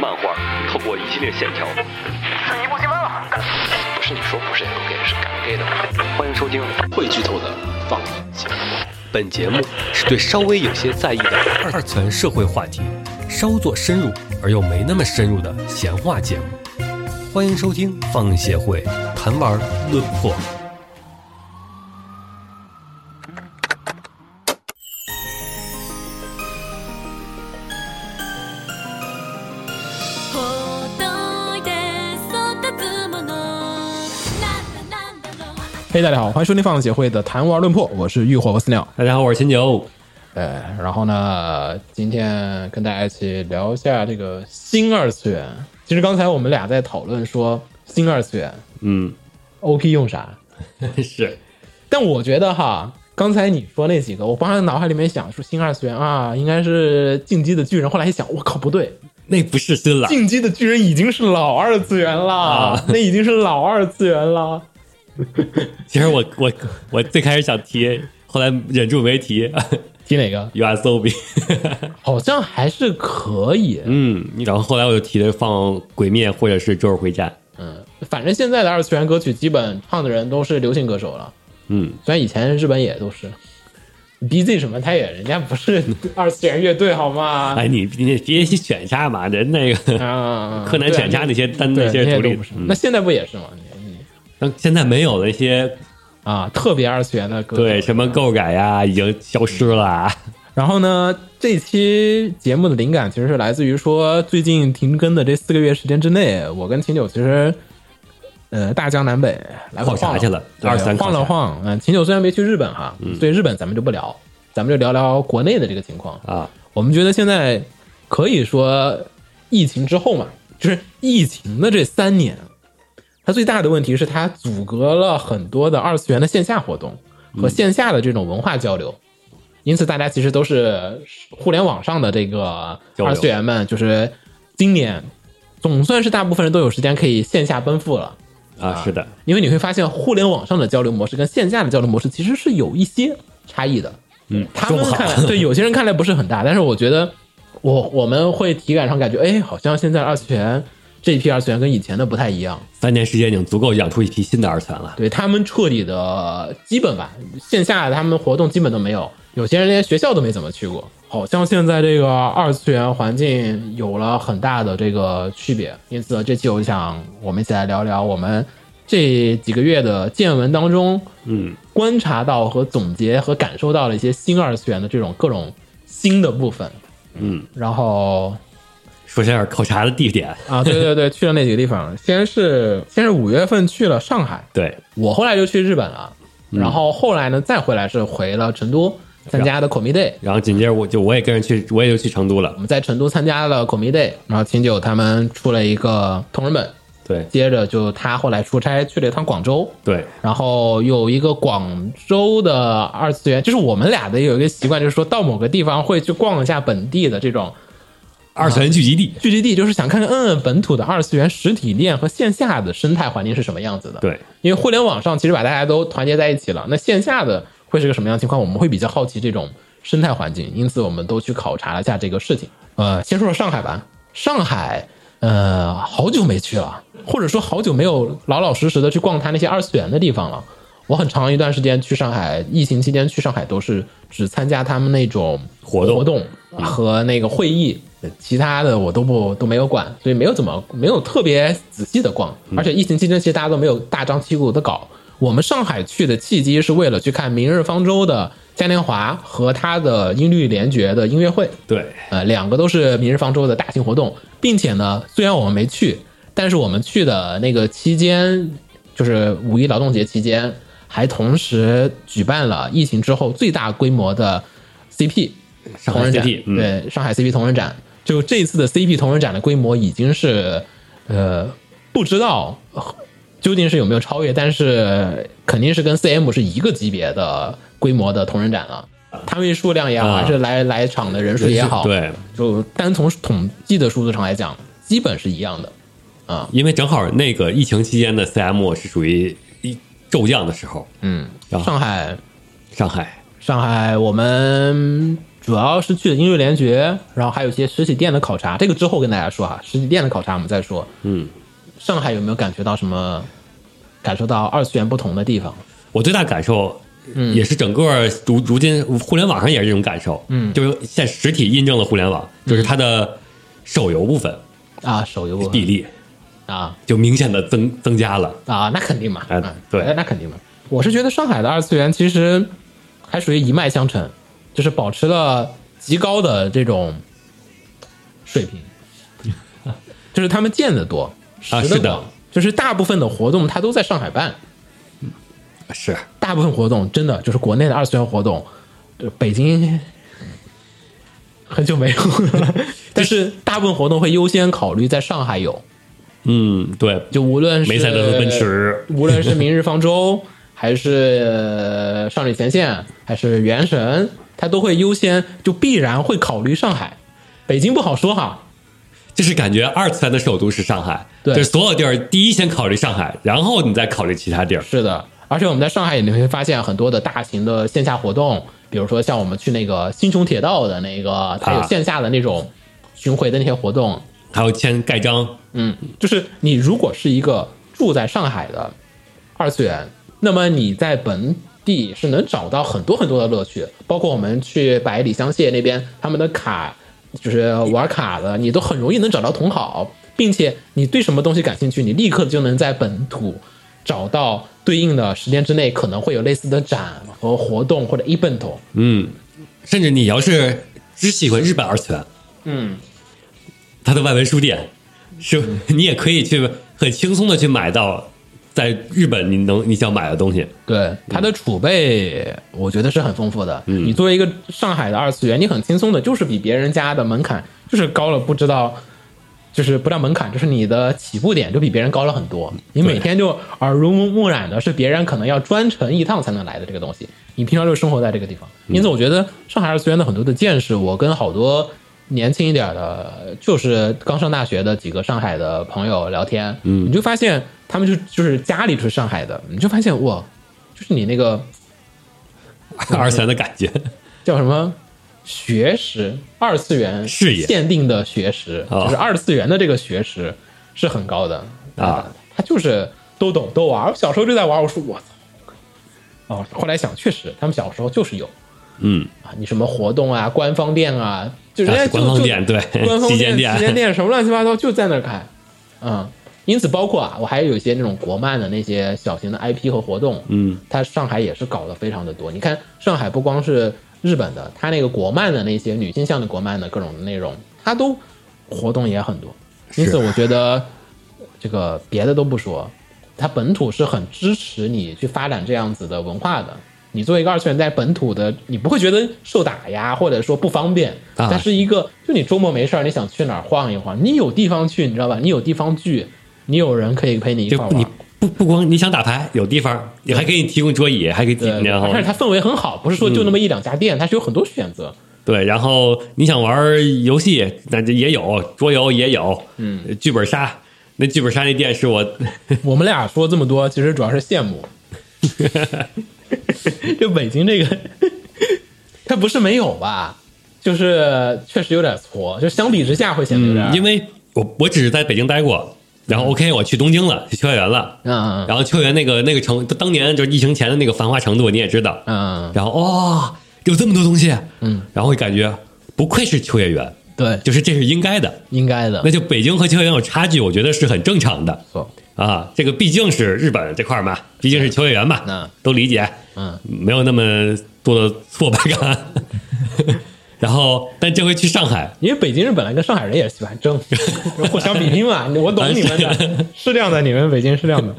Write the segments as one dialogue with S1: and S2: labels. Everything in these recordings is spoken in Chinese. S1: 漫画透过一系列线条，
S2: 是一部新闻了。
S1: 不是你说不是 gay 是敢 gay 的。欢迎收听会剧透的放映节目。本节目是对稍微有些在意的二次元社会话题稍作深入而又没那么深入的闲话节目。欢迎收听放映协会谈玩论破。
S3: ほどいて育つものなんだなんだろう
S4: 嘿、大家好，欢迎收听放浪协会的谈玩论破，我是浴火和饲料。
S1: 大家好，我是秦九。
S4: 呃，然后呢，今天跟大家一起聊一下这个新二次元。其实刚才我们俩在讨论说新二次元
S1: 嗯，
S4: OP 用啥，
S1: 是
S4: 但我觉得哈，刚才你说那几个，我刚才脑海里面想说新二次元啊，应该是进击的巨人，后来一想，我靠，不对，
S1: 那不是新了，
S4: 进击的巨人已经是老二次元了，
S1: 啊
S4: 那已经是老二次元了。
S5: 其实我我我最开始想提，后来忍住没提。
S4: 提哪个？
S5: USOB，
S4: 好像还是可以，
S5: 嗯，然后后来我就提的放《鬼灭》或者是《周日回战》。
S4: 嗯反正现在的二次元歌曲基本唱的人都是流行歌手了，
S5: 嗯，
S4: 虽然以前日本也都是，BZ 什么他也人家不 是二次元乐队好吗？
S5: 哎，你你别去选杀嘛，人那个
S4: 啊，
S5: 柯南
S4: 对
S5: 选杀那些单
S4: 对
S5: 那些
S4: 那
S5: 独
S4: 都
S5: 立
S4: 不是，，
S5: 嗯
S4: 那现在不也是吗？你你
S5: 但现在没有那些
S4: 啊，特别二次元的歌手
S5: 对什么购改呀，已经消失了啊。
S4: 然后呢，这期节目的灵感其实是来自于说，最近停更的这四个月时间之内，我跟秦九其实，呃，大江南北来回
S5: 考察
S4: 晃
S5: 去了
S4: 对
S5: 二次元考
S4: 晃
S5: 察
S4: 了嗯晃。嗯，秦九虽然没去日本哈，所以日本咱们就不聊，咱们就聊聊国内的这个情况。
S5: 啊，
S4: 我们觉得现在可以说，疫情之后嘛，就是疫情的这三年，它最大的问题是它阻隔了很多的二次元的线下活动和线下的这种文化交流，因此大家其实都是互联网上的这个
S5: 交流
S4: 二次元们，就是今年总算是大部分人都有时间可以线下奔赴了。
S5: 啊，是的，
S4: 因为你会发现互联网上的交流模式跟线下的交流模式其实是有一些差异的。嗯，他们
S5: 说不好
S4: 看来对有些人看来不是很大，但是我觉得我我们会体感上感觉，哎，好像现在二次元这一批二次元跟以前的不太一样，
S5: 三年时间已经足够养出一批新的二次元了。
S4: 对他们彻底的基本吧，线下他们活动基本都没有，有些人连学校都没怎么去过。好像现在这个二次元环境有了很大的这个区别，因此这期我想我们一起来聊聊我们这几个月的见闻当中，
S5: 嗯，
S4: 观察到和总结和感受到了一些新二次元的这种各种新的部分，
S5: 嗯，
S4: 然后
S5: 说下考察的地点，
S4: 啊，对对对，去了那几个地方，先是先是五月份去了上海，
S5: 对，
S4: 我后来就去日本了，然后后来呢再回来是回了成都参加的 Komi Day，
S5: 然后紧接着我就我也跟着去，我也就去成都了
S4: 我。们在成都参加了 Komi Day，然后秦九他们出了一个同人本，
S5: 对
S4: 接着就他后来出差去了一趟广州，
S5: 对，
S4: 然后有一个广州的二次元，就是我们俩的有一个习惯，就是说到某个地方会去逛一下本地的这种
S5: 二次元聚集地。
S4: 聚集地，就是想看看嗯嗯本土的二次元实体店和线下的生态环境是什么样子的。
S5: 对，
S4: 因为互联网上其实把大家都团结在一起了，那线下的会是个什么样的情况？我们会比较好奇这种生态环境，因此我们都去考察了一下这个事情。呃，先说说上海吧，上海呃好久没去了，或者说好久没有老老实实的去逛它那些二次元的地方了。我很长一段时间去上海，疫情期间去上海都是只参加他们那种
S5: 活动
S4: 活动和那个会议，其他的我都不都没有管，所以没有怎么没有特别仔细的逛。而且疫情期间，其实大家都没有大张旗鼓的搞。我们上海去的契机是为了去看明日方舟的嘉年华和他的音律联觉的音乐会。
S5: 对，
S4: 呃，两个都是明日方舟的大型活动，并且呢，虽然我们没去，但是我们去的那个期间，就是五一劳动节期间，还同时举办了疫情之后最大规模的 CP
S5: 上
S4: 同
S5: 海
S4: 人展
S5: CP，嗯
S4: 对上海 CP 同人展，就这次的 CP 同人展的规模已经是，呃，不知道究竟是有没有超越，但是肯定是跟 CM 是一个级别的规模的同人展了。摊位数量也好，
S5: 啊
S4: 还是来来场的人数也好，
S5: 对，
S4: 就单从统计的数字上来讲，基本是一样的。
S5: 因为正好那个疫情期间的 CM 是属于一骤降的时候，
S4: 嗯，
S5: 然后
S4: 上海，
S5: 上海
S4: 上海，我们主要是去的音乐联觉，然后还有一些实体店的考察。这个之后跟大家说哈，实体店的考察我们再说。
S5: 嗯，
S4: 上海有没有感觉到什么？感受到二次元不同的地方？
S5: 我最大感受，
S4: 嗯
S5: 也是整个如如今互联网上也是这种感受，
S4: 嗯
S5: 就是现在实体印证了互联网，就是它的手游部分
S4: 啊，手游
S5: 比例
S4: 啊
S5: 就明显的增增加了。
S4: 啊，那肯定嘛，
S5: 哎
S4: 嗯
S5: 对
S4: 那肯定嘛。我是觉得上海的二次元其实还属于一脉相承，就是保持了极高的这种水平， 就是他们见得多，
S5: 啊
S4: 识得
S5: 是的
S4: 广就是大部分的活动它都在上海办，
S5: 是，
S4: 大部分活动真的就是国内的二次元活动，呃北京很久没有 了，但是大部分活动会优先考虑在上海有，
S5: 嗯，对，
S4: 就无论是
S5: 梅赛德斯奔驰
S4: 无论是明日方舟，还是呃少女前线，还是原神，它都会优先，就必然会考虑上海。北京不好说哈，
S5: 就是感觉二次元的首都是上海，
S4: 对
S5: 就是所有地儿第一先考虑上海，然后你再考虑其他地儿。
S4: 是的，而且我们在上海也你会发现很多的大型的线下活动，比如说像我们去那个新穹铁道的那个，它有
S5: 啊
S4: 线下的那种巡回的那些活动，
S5: 还有签盖章，
S4: 嗯，就是你如果是一个住在上海的二次元，那么你在本地是能找到很多很多的乐趣，包括我们去百里香榭那边，他们的卡就是玩卡的，你都很容易能找到同好，并且你对什么东西感兴趣，你立刻就能在本土找到对应的时间之内可能会有类似的展和活动或者 event。哦
S5: 嗯，甚至你要是只喜欢日本二次元，
S4: 嗯，
S5: 它的外文书店，是 你也可以去很轻松的去买到在日本你能你想买的东 西。
S4: 对它的储备，我觉得是很丰富的。你作为一个上海的二次元，你很轻松的，就是比别人家的门槛就是高了，不知道，就是不叫门槛，就是你的起步点就比别人高了很多。你每天就耳濡目目染的是别人可能要专程一趟才能来的这个东西，你平常就生活在这个地方。因此，我觉得上海二次元的很多的见识，我跟好多。年轻一点的，就是刚上大学的几个上海的朋友聊天，嗯，你就发现他们就就是家里是上海的，你就发现哇，就是你那个
S5: 二次元的感觉，
S4: 叫什么学识，二次元
S5: 视野
S4: 限定的学识，
S5: 哦
S4: 就是二次元的这个学识是很高的
S5: 啊，
S4: 他就是都懂都玩。我小时候就在玩，我说我操，哦，后来想确实他们小时候就是有
S5: 嗯，
S4: 啊，你什么活动啊，官方店啊，就人家
S5: 啊
S4: 就
S5: 官方
S4: 就
S5: 店对
S4: 官方
S5: 旗
S4: 店、
S5: 舰店
S4: 旗舰店什么乱七八糟就在那儿开，嗯。因此，包括啊，我还有一些那种国漫的那些小型的 IP 和活动，
S5: 嗯，
S4: 它上海也是搞得非常的多。你看，上海不光是日本的，它那个国漫的那些女性向的国漫的各种内容，它都活动也很多。因此，我觉得这个别的都不说，它本土是很支持你去发展这样子的文化的。你作为一个二次元，在本土的，你不会觉得受打压或者说不方便。
S5: 啊
S4: 但是一个，就你周末没事儿，你想去哪儿晃一晃，你有地方去，你知道吧？你有地方聚，你有人可以陪你一
S5: 就
S4: 块儿玩
S5: 你。不不光你想打牌，有地方，你还给你提供桌椅，还给你提
S4: 对，
S5: 然后嗯
S4: 而且它氛围很好，呃不是说就那么一两家店，它是有很多选择。
S5: 对，然后你想玩游戏，那这也有桌游也有，嗯，剧本杀，那剧本杀那店是我
S4: 我们俩说这么多，其实主要是羡 慕。就北京这个， 它不是没有吧？就是确实有点挫，就相比之下会显得有点儿，
S5: 嗯因为我我只是在北京待过，然后 OK 我去东京了，去秋叶原了，
S4: 嗯嗯
S5: 然后秋叶原那个那个城，当年就是疫情前的那个繁华程度你也知道，
S4: 嗯，
S5: 然后哦有这么多东西，
S4: 嗯，
S5: 然后会感觉不愧是秋叶原，
S4: 对，
S5: 就是这是应该的，
S4: 应该的
S5: 那，就北京和秋叶原有差距，我觉得是很正常的
S4: 错，
S5: 啊，这个毕竟是日本这块儿嘛，毕竟是秋叶原嘛，
S4: 嗯
S5: 都理解，
S4: 嗯，
S5: 没有那么多的挫败感。 然后，但这回去上海，
S4: 因为北京人本来跟上海人也喜欢争，互相比拼嘛。 我懂你们的，是这样的，你们北京是这样的，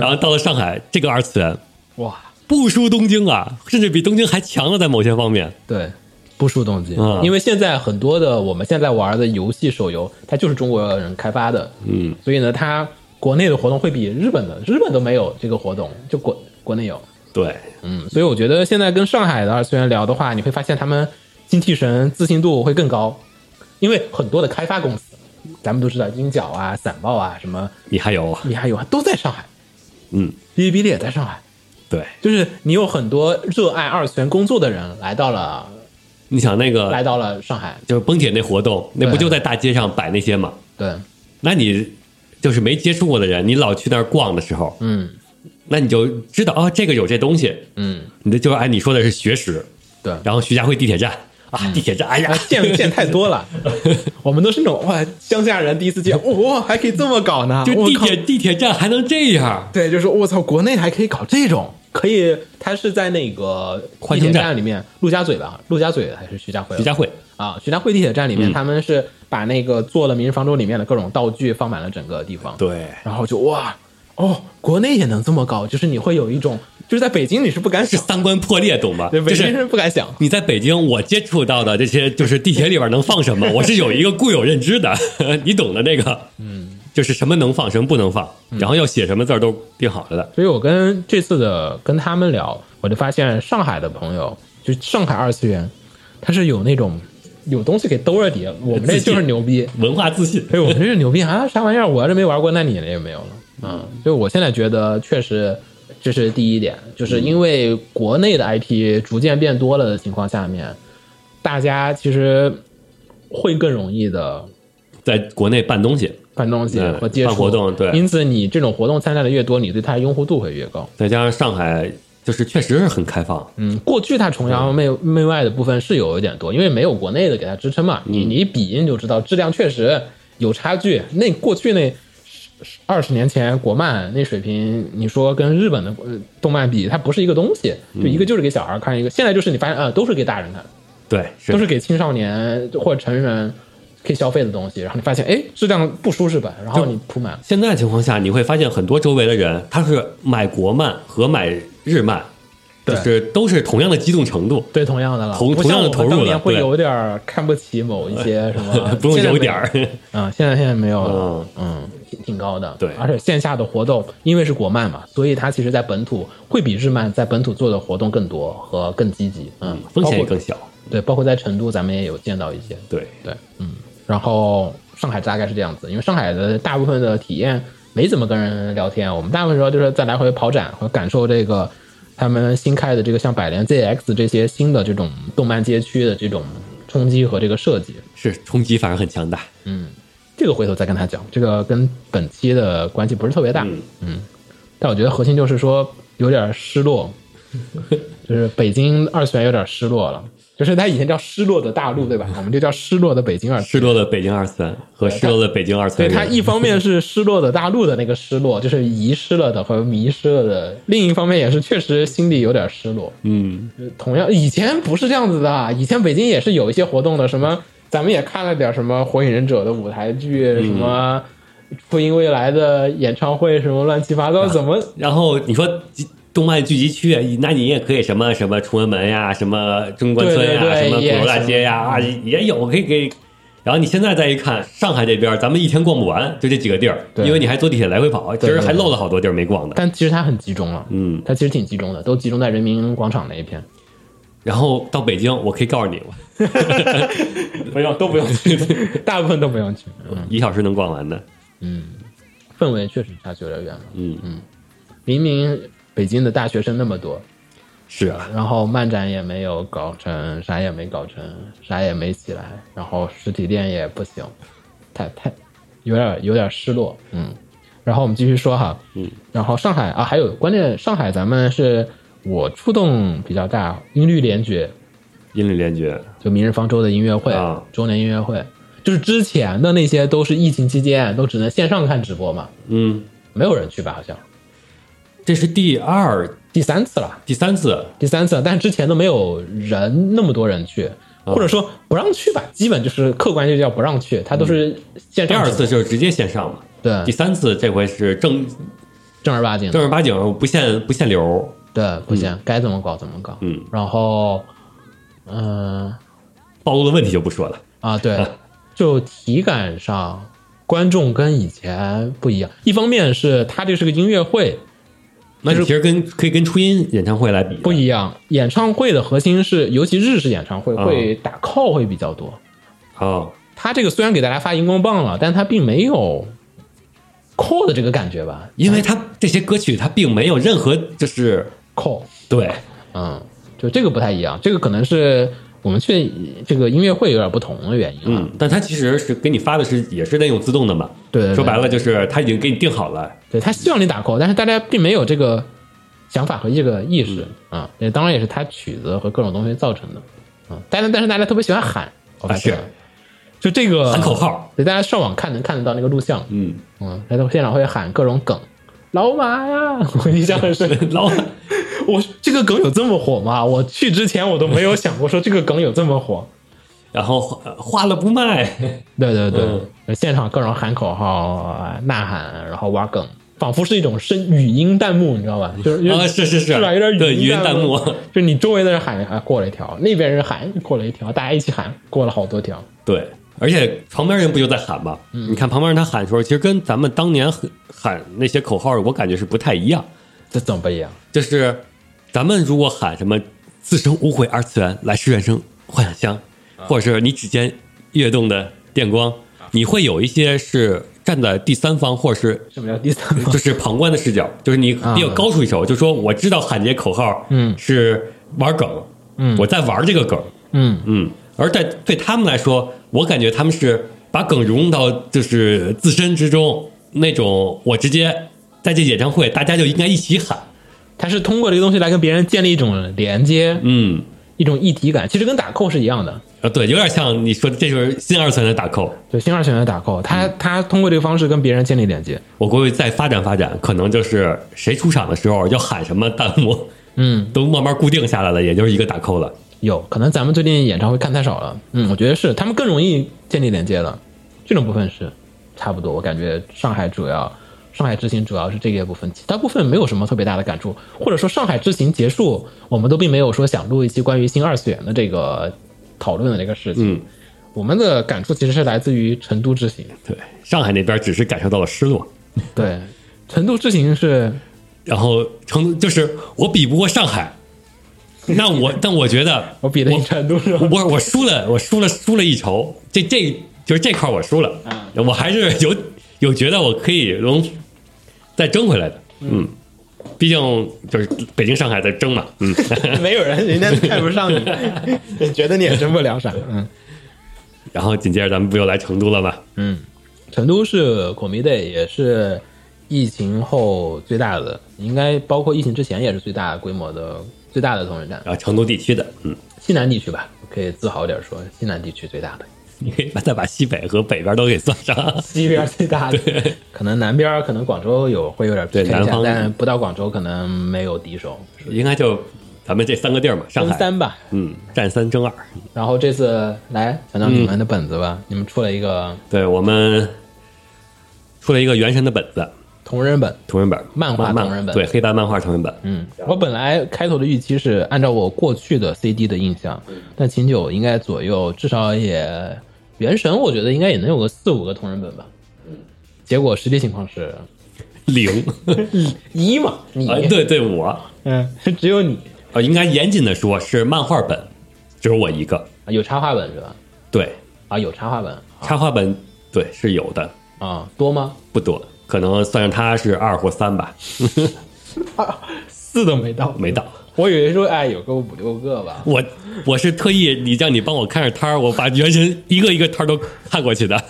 S5: 然后到了上海，这个二次元
S4: 哇，
S5: 不输东京啊，甚至比东京还强了，在某些方面。
S4: 对，不输东京，
S5: 嗯
S4: 因为现在很多的我们现在玩的游戏手游，它就是中国人开发的，
S5: 嗯，
S4: 所以呢，它国内的活动会比日本的，日本都没有这个活动，就国国内有，
S5: 对，
S4: 嗯，所以我觉得现在跟上海的二次元聊的话，你会发现他们精气神、自信度会更高，因为很多的开发公司，咱们都知道鹰角啊、散爆啊、什么
S5: 你还有，
S4: 米哈游啊，都在上海，
S5: 嗯，
S4: 哔哩哔哩也在上海，
S5: 对，
S4: 就是你有很多热爱二次元工作的人来到了
S5: 你想那个
S4: 来到了上海，
S5: 就是崩铁那活动，那不
S4: 对
S5: 就在大街上摆那些嘛？
S4: 对，
S5: 那你就是没接触过的人，你老去那儿逛的时候，
S4: 嗯
S5: 那你就知道哦，这个有这东西，
S4: 嗯，
S5: 你这就是按哎你说的是学识，
S4: 对。
S5: 然后徐家汇地铁站啊，地铁站，哎呀
S4: 啊，，见见太多了， 我们都是那种哇，乡下人第一次见，哇、还可以这么搞呢，
S5: 就
S4: 我
S5: 地
S4: 靠
S5: 铁地铁站还能这样，
S4: 对，就是我操，国内还可以搞这种，可以，他是在那个
S5: 宽
S4: 地铁
S5: 城站
S4: 站里面，陆家嘴吧，陆家嘴还是徐家汇了？
S5: 徐家汇
S4: 啊，徐家汇地铁站里面，
S5: 嗯
S4: 他们是把那个做了《明日方舟》里面的各种道具放满了整个地方，，
S5: 对
S4: 然后就哇，哦，国内也能这么搞，就是你会有一种，就是在北京你是不敢
S5: 是
S4: 想，
S5: 三观破裂，懂吧？
S4: 对，
S5: 就
S4: 北京
S5: 是
S4: 人不敢想，
S5: 你在北京，我接触到的这些 就是地铁里边能放什么，我是有一个固有认知的， 你懂的那个，嗯，就是什么能放，什么不能放，
S4: 嗯
S5: 然后要写什么字儿都定好了的，
S4: 所以我跟这次的跟他们聊，我就发现上海的朋友，就上海二次元，他是有那种有东西给兜着底，我们这就是牛逼，
S5: 文化自信，
S4: 所以我们这是牛逼啊，啥玩意儿？我要是没玩过，那你也没有了。嗯，所以我现在觉得确实这是第一点，就是因为国内的 IP 逐渐变多了的情况下面，大家其实会更容易的
S5: 在国内办东西，
S4: 办东西
S5: 嗯
S4: 和接触
S5: 办活动对
S4: 因此你这种活动参加的越多，你对它的拥护度会越高。
S5: 再加上上海就是确实是很开放，
S4: 嗯，过去它崇洋媚媚外的部分是有一点多，因为没有国内的给它支撑嘛。你你一比你就知道质量确实有差距。那过去那二十年前国漫那水平，你说跟日本的呃动漫比，它不是一个东西，就一个就是给小孩看，一个现在就是你发现啊、呃都是给大人看，
S5: 对，
S4: 都是给青少年或者成人可以消费的东西。然后你发现哎质量不舒适吧，然后你铺满，
S5: 现在情况下，你会发现很多周围的人，他是买国漫和买日漫，就
S4: 对
S5: 是都是同样的激动程度。
S4: 对同样的了，
S5: 同
S4: 不像我
S5: 同样的
S4: 们
S5: 投入
S4: 当
S5: 了
S4: 年会
S5: 对
S4: 有点儿看不起某一些什么
S5: ，不 用
S4: 现在
S5: 有
S4: 没
S5: 点儿，
S4: 嗯，现在现在没有了，嗯，挺挺高的，
S5: 对
S4: 而且线下的活动，因为是国漫嘛，所以它其实在本土会比日漫在本土做的活动更多和更积极，嗯，
S5: 风险也
S4: 包括
S5: 更小。
S4: 对，包括在成都咱们也有见到一些，
S5: 对，
S4: 对，嗯，然后上海大概是这样子，因为上海的大部分的体验没怎么跟人聊天，我们大部分时候就是在来回跑展和感受这个他们新开的这个像百联 ZX 这些新的这种动漫街区的这种冲击和这个设计，
S5: 是冲击反而很强大。
S4: 这个回头再跟他讲，这个跟本期的关系不是特别大，
S5: 嗯
S4: 但我觉得核心就是说有点失落，就是北京二次元有点失落了，就是他以前叫失落的大陆，对吧？我们就叫失落的北京二次元。
S5: 失落的北京二次元和失落的北京二次
S4: 所以
S5: 元，
S4: 它一方面是失落的大陆的那个失落，就是遗失了的和迷失了的；另一方面也是确实心里有点失落。
S5: 嗯，
S4: 同样，以前不是这样子的啊，以前北京也是有一些活动的，什么咱们也看了点什么《火影忍者》的舞台剧，什么初音未来的演唱会，什么乱七八糟，怎么
S5: 然后你说集动漫聚集区，哎那你也可以什么什么崇文门呀，什么中关村呀，
S4: 对对对
S5: 什么
S4: 也
S5: 鼓楼大街呀，啊也有可以给。然后你现在再一看，上海这边咱们一天逛不完，就这几个地儿，
S4: 对
S5: 因为你还坐地铁来回跑，其
S4: 对
S5: 实
S4: 对
S5: 还
S4: 对
S5: 漏了好多地儿没逛的。
S4: 但其实它很集中了，
S5: 嗯
S4: 它其实挺集中的，都集中在人民广场那一片。
S5: 然后到北京，我可以告诉你，我 不用都不用去，
S4: 大部分都不用去，嗯，
S5: 一小时能逛完的。
S4: 氛围确实差距有点远了。
S5: 嗯嗯，
S4: 明明北京的大学生那么多，
S5: 是啊，
S4: 然后漫展也没有搞成，啥也没搞成，啥也没起来，然后实体店也不行，太太有点有点失落，嗯。然后我们继续说哈，嗯。然后上海啊，还有关键上海咱们是我触动比较大，音律联觉
S5: 音律联觉，
S4: 就明日方舟的音乐会
S5: 啊
S4: 周年音乐会，就是之前的那些都是疫情期间都只能线上看直播嘛，
S5: 嗯，
S4: 没有人去吧？好像
S5: 这是第二、
S4: 第三次了。
S5: 第三次，
S4: 第三次了，但是之前都没有人那么多人去，
S5: 啊
S4: 或者说不让去吧，基本就是客观就叫不让去，他都是线
S5: 嗯第
S4: 上
S5: 二
S4: 直播、
S5: 次就是直接线上嘛，第
S4: 对
S5: 三次这回是正
S4: 正儿八经
S5: 正
S4: 的，
S5: 儿八经不限不限流，
S4: 对不行，该怎么搞怎么搞。
S5: 嗯，
S4: 然后嗯、
S5: 暴露的问题就不说了。
S4: 啊，对，就体感上，观众跟以前不一样。一方面是它这是个音乐会，
S5: 那你其实跟可以跟初音演唱会来比，
S4: 不一样。演唱会的核心是，尤其日式演唱会
S5: 嗯
S4: 会打 call 会比较多。
S5: 哦，
S4: 他这个虽然给大家发荧光棒了，但他并没有 call 的这个感觉吧
S5: 因为它这些歌曲它并没有任何就是
S4: ？call，
S5: 对
S4: 嗯，就这个不太一样，这个可能是我们去这个音乐会有点不同的原因啊。
S5: 嗯，但它其实是给你发的是也是那种自动的嘛。
S4: 对对对
S5: 说白了就是它已经给你定好了，
S4: 对他希望你打 call，但是大家并没有这个想法和这个意识、
S5: 嗯
S4: 啊。也当然也是他曲子和各种东西造成的啊。但是但是大家特别喜欢喊，我发现
S5: 啊是
S4: 就这个
S5: 喊口号。
S4: 对，大家上网看能看得到那个录像，
S5: 嗯，
S4: 嗯，他到现场会喊各种梗，老马呀， 我印象很深。
S5: 老
S4: 我这个梗有这么火吗？我去之前我都没有想过说这个梗有这么火。
S5: 然后呃花了不卖，
S4: 对对对，
S5: 嗯
S4: 现场各种喊口号、啊呐喊，然后挖梗，仿佛是一种声语音弹幕，你知道吧？就是有点
S5: 啊是是是
S4: 是吧？有点
S5: 对
S4: 语
S5: 语音弹
S4: 幕
S5: 幕，
S4: 就是你周围的人喊啊过了一条，那边人喊过了一条，大家一起喊过了好多条。
S5: 对，而且旁边人不就在喊吗？
S4: 嗯
S5: 你看旁边人他喊的时候，其实跟咱们当年喊喊那些口号，我感觉是不太一样。
S4: 这怎么不一样？
S5: 就是咱们如果喊什么“自生无悔二次元，来世原生幻想乡”，
S4: 啊
S5: 或者是你指尖跃动的电光，你会有一些是站在第三方，或 者是
S4: 什么叫第三方
S5: 就？是旁观的视角，就是你比较高出一筹，就说我知道喊这些口号，
S4: 啊嗯
S5: 是玩梗，
S4: 嗯
S5: 我在玩这个梗，
S4: 嗯，
S5: 嗯，而在对他们来说，我感觉他们是把梗融入到就是自身之中那种，我直接在这演唱会大家就应该一起喊，
S4: 他是通过这个东西来跟别人建立一种连接，
S5: 嗯。
S4: 一种一体感，其实跟打扣是一样的。
S5: 啊，对，有点像你说的，这就是新二次元的打扣。
S4: 对，新二次元的打扣，他他通过这个方式跟别人建立连接。
S5: 我估计再发展发展，可能就是谁出场的时候要喊什么弹幕，
S4: 嗯，
S5: 都慢慢固定下来了，也就是一个打扣了。
S4: 有可能咱们最近演唱会看太少了。嗯，我觉得是他们更容易建立连接了，这种部分是差不多。我感觉上海主要上海之行主要是这个部分，其他部分没有什么特别大的感触，或者说上海之行结束，我们都并没有说想录一期关于新二次元的这个讨论的这个事情。
S5: 嗯，
S4: 我们的感触其实是来自于成都之行。
S5: 对，上海那边只是感受到了失落，
S4: 对，成都之行是
S5: 然后成都就是我比不过上海，那我但我觉得
S4: 我比了你成都是吧？
S5: 我我输了，我输了输了一筹，这这就是这块儿我输了，
S4: 嗯
S5: 我还是有有觉得我可以能再争回来的，嗯，毕竟就是北京上海在争嘛，嗯，
S4: 没有人，人家看不上你，觉得你也真不了啥。嗯
S5: 然后紧接着咱们不就来成都了吗？
S4: 嗯，成都是 c o m i Day，也是疫情后最大的，应该包括疫情之前也是最大规模的、最大的同人展，
S5: 然后啊成都地区的，嗯，
S4: 西南地区吧，可以自豪一点说，西南地区最大的，
S5: 你可以把再把西北和北边都给算上。
S4: 西边最大的，可能南边可能广州有会有点
S5: 对
S4: 偏一
S5: 南
S4: 下，
S5: 方
S4: 但不到广州可能没有敌手，
S5: 应该就咱们这三个地儿嘛，上
S4: 分
S5: 海，
S4: 三吧。
S5: 嗯，占三争二。
S4: 然后这次来讲讲你们的本子吧，你们出了一个
S5: 对我们出了一个《原神》的本子，
S4: 同人本，
S5: 同人本，
S4: 漫画
S5: 漫
S4: 同人本
S5: 对，黑白漫画同人本，
S4: 嗯，我本来开头的预期是按照我过去的 CD 的印象，
S5: 嗯
S4: 但秦九应该左右至少也原神，我觉得应该也能有个四五个同人本吧。
S5: 嗯
S4: 结果实际情况是
S5: 零，
S4: 一嘛，你、
S5: 啊，对对，我
S4: 嗯， 只有你
S5: 呃，应该严谨的说是漫画本，只有我一个，
S4: 啊有插画本是吧？
S5: 对，
S4: 啊，有插画本
S5: 插画本对是有的，
S4: 啊，多吗？
S5: 不多，可能算上它是二或三吧，
S4: 啊四都没到，
S5: 没到。
S4: 我以为说哎有个五六个吧。
S5: 我我是特意你让你帮我看着摊儿，我把原神一个一个摊儿都看过去的。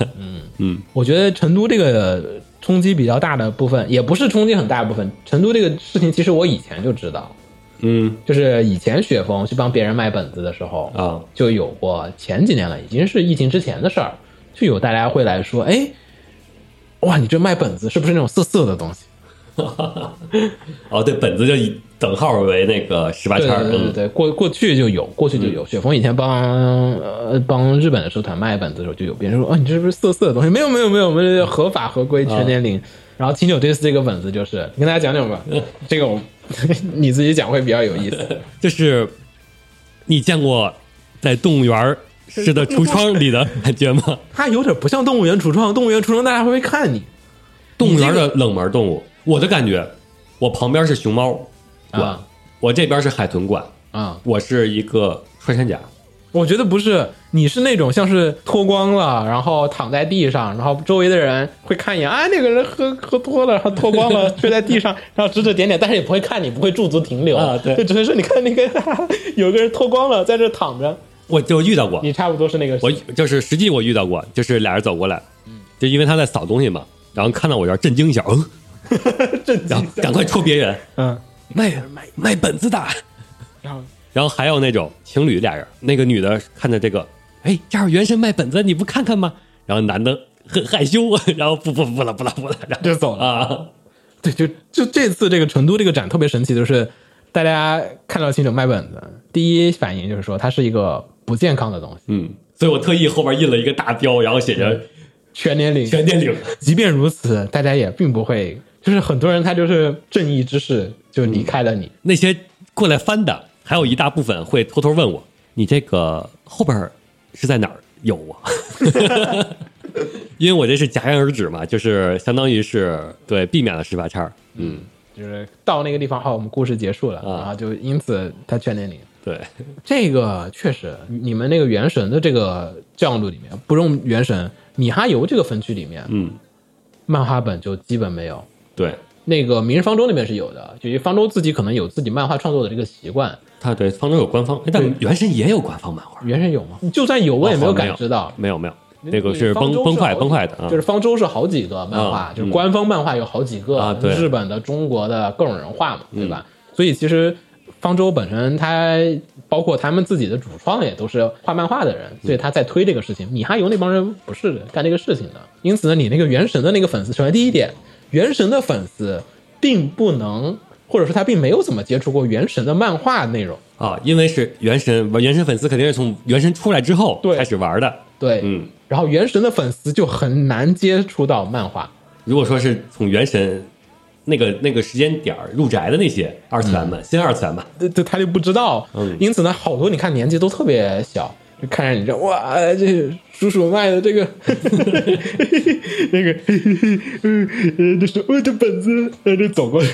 S4: 嗯我觉得成都这个冲击比较大的部分，也不是冲击很大的部分。成都这个事情，其实我以前就知道，
S5: 嗯
S4: 就是以前雪峰去帮别人卖本子的时候
S5: 啊
S4: 就有过前几年了，已经是疫情之前的事儿，就有大家会来说，哎，哇，你这卖本子是不是那种色色的东西？
S5: 哦，对，本子就以等号为那个十八
S4: 对
S5: 圈儿，
S4: 对对对
S5: 嗯，
S4: 对，过过去就有，过去就有。雪峰以前帮呃帮日本的社团卖本子的时候，就有别人说，啊，你这是不是色色的东西？没有没有没有，我们这合法合
S5: 啊
S4: 规全年龄。然后秦九这次这个本子就是，你跟大家讲讲吧， 这个我你自己讲会比较有意 思。
S5: 就是你见过在动物园儿式的橱窗里的感觉吗？
S4: 它有点不像动物园橱窗，动物园橱窗大家会不会看你？
S5: 动物园的冷门动物，我的感觉，我旁边是熊猫，我
S4: 啊
S5: 我这边是海豚馆，
S4: 啊、
S5: 我是一个穿山甲，
S4: 我觉得不是，你是那种像是脱光了，然后躺在地上，然后周围的人会看一眼，啊，那个人喝喝多了，然后脱光了，睡在地上，然后指指点点，但是也不会看你，不会驻足停留
S5: 啊对
S4: 就只会说你看那个有个人脱光了在这躺着，
S5: 我就遇到过，
S4: 你差不多是那个
S5: 我就是实际我遇到过，就是俩人走过来，就因为他在扫东西嘛，然后看到我这儿震惊一下，嗯，
S4: 震
S5: 然
S4: 惊
S5: 后，赶快戳别人，
S4: 嗯，
S5: 卖卖卖本子的。
S4: 然后
S5: 然后还有那种情侣俩人，那个女的看着这个，哎，这儿原神卖本子，你不看看吗？然后男的很害羞，然后不不不了不了不了，然后
S4: 就走了
S5: 啊，
S4: 对，就就这次这个成都这个展特别神奇，就是大家看到清酒卖本子，第一反应就是说它是一个不健康的东西，
S5: 嗯，所以我特意后边印了一个大标，然后写着
S4: 全年龄。
S5: 全电影，
S4: 即便如此，大家也并不会，就是很多人他就是正义之士就离开了你，
S5: 那些过来翻的，还有一大部分会偷偷问我，你这个后边是在哪儿有 啊？因为我这是戛然而止嘛，就是相当于是对避免了十八叉，嗯，
S4: 就是到那个地方，好，我们故事结束了，
S5: 啊
S4: 然后就因此他全年龄。
S5: 对，
S4: 这个确实，你们那个原神的这个降度里面，不用原神，米哈游这个分区里面，
S5: 嗯，
S4: 漫画本就基本没有。
S5: 对，
S4: 那个《明日方舟》那边是有的，就是方舟自己可能有自己漫画创作的这个习惯。
S5: 他对方舟有官方，哎但原神也有官方漫画，
S4: 原神有吗？就算有，我哦也没有感知到。
S5: 没有没有，那个是
S4: 你方
S5: 崩
S4: 舟
S5: 崩坏
S4: 好几
S5: 崩坏的啊，
S4: 就是方舟是好几个漫画，
S5: 嗯
S4: 就是官方漫画有好几个，
S5: 啊对嗯
S4: 日本的、中国的各种人画嘛，对吧？所以其实方舟本身它包括他们自己的主创也都是画漫画的人，
S5: 嗯
S4: 所以他在推这个事情。米哈游那帮人不是干这个事情的，因此呢，你那个原神的那个粉丝，首先第一点，原神的粉丝并不能，或者说他并没有怎么接触过原神的漫画内容。
S5: 啊，因为是原神，原神粉丝肯定是从原神出来之后
S4: 对
S5: 开始玩的，
S4: 对，
S5: 嗯，
S4: 然后原神的粉丝就很难接触到漫画，
S5: 如果说是从原神那个那个时间点儿入宅的那些二次元们，新二次元们，
S4: 这这他就不知道，
S5: 嗯
S4: 因此呢，好多你看年纪都特别小，就看着你这哇，这叔叔卖的这个 那个，呃，这是我这本子，呃，这走过去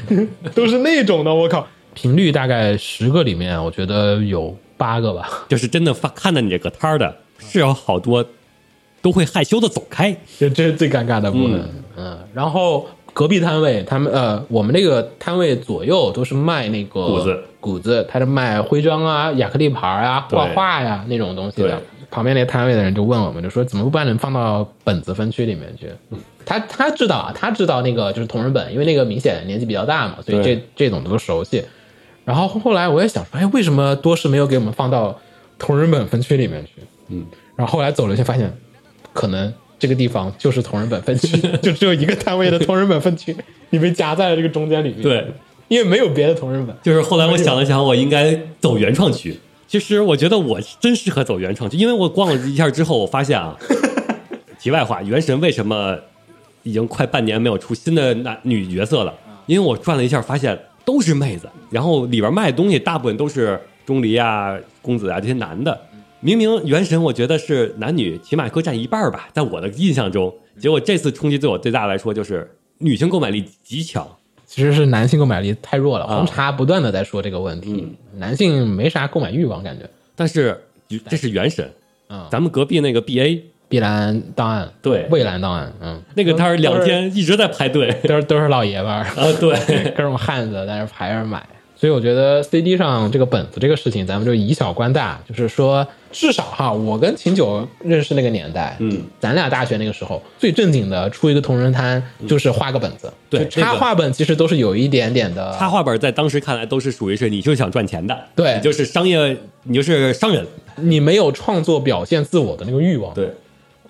S4: 都是那种的，我靠，频率大概十个里面，我觉得有八个吧，
S5: 就是真的发看到你这个摊儿的，是有好多都会害羞的走开，
S4: 这这是最尴尬的部分，嗯然后。隔壁摊位，他们呃，我们那个摊位左右都是卖那个
S5: 谷子，
S4: 谷子，他是卖徽章啊、亚克力牌啊、
S5: 对
S4: 画画呀、那种东西的
S5: 对。
S4: 旁边那摊位的人就问我们，就说怎么不把人放到本子分区里面去？
S5: 嗯
S4: 他他知道啊，他知道那个就是同人本，因为那个明显年纪比较大嘛，所以这
S5: 对
S4: 这种都熟悉。然后后来我也想说，哎，为什么多士没有给我们放到同人本分区里面去？
S5: 嗯，
S4: 然后后来走了一圈，发现可能这个地方就是同人本分区，就只有一个摊位的同人本分区，你被夹在了这个中间里面。，
S5: 对，
S4: 因为没有别的同人本。
S5: 就是后来我想了想，我应该走原创区。其实我觉得我真适合走原创区，因为我逛了一下之后，我发现 啊，题外话，原神为什么已经快半年没有出新的男女角色了？因为我转了一下，发现都是妹子，然后里边卖的东西大部分都是钟离啊、公子啊这些男的。明明原神我觉得是男女起码各占一半儿吧，在我的印象中，结果这次冲击对我最大来说就是女性购买力极强，
S4: 其实是男性购买力太弱了，
S5: 啊嗯
S4: 红茶不断的在说这个问题，男性没啥购买欲望，感觉。
S5: 但是这是原神，
S4: 嗯，
S5: 咱们隔壁那个 BA
S4: 碧蓝档案，
S5: 对
S4: 蔚蓝档案，嗯，
S5: 那个摊儿两天一直在排队
S4: 都是都是老爷们儿，
S5: 啊， 对，
S4: 各种汉子在那排着买。所以我觉得 CD 上这个本子这个事情，咱们就以小观大，就是说，至少哈，我跟秦九认识那个年代，
S5: 嗯，
S4: 咱俩大学那个时候最正经的出一个同人摊就是画个本子，
S5: 嗯对
S4: 就
S5: 那
S4: 插
S5: 个
S4: 画本其实都是有一点点的
S5: 插画本在当时看来都是属于是你就是想赚钱的，
S4: 对
S5: 你就是商业，你就是商人，
S4: 你没有创作表现自我的那个欲望，
S5: 对，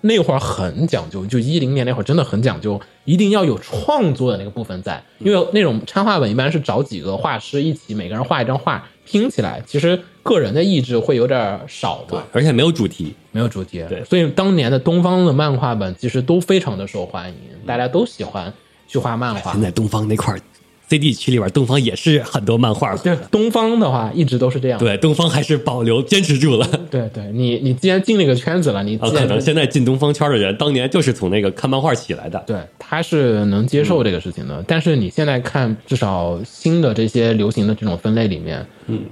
S4: 那会儿很讲究，就一零年那会儿真的很讲究，一定要有创作的那个部分在，因为那种插画本一般是找几个画师一起，每个人画一张画拼起来，其实个人的意志会有点儿少嘛，
S5: 而且没有主题，
S4: 没有主题，
S5: 对
S4: 所以当年的东方的漫画本其实都非常的受欢迎，大家都喜欢去画漫画
S5: 现。在东方那块儿 CD 区里边，东方也是很多漫画，
S4: 对，东方的话一直都是这样，
S5: 对，东方还是保留坚持住了。
S4: 对对，你你既然进那个圈子了，你
S5: 啊，
S4: 既
S5: 可
S4: 然
S5: 能现在进东方圈的人，当年就是从那个看漫画起来的。
S4: 对，他是能接受这个事情
S5: 嗯
S4: 的。但是你现在看，至少新的这些流行的这种分类里面，嗯，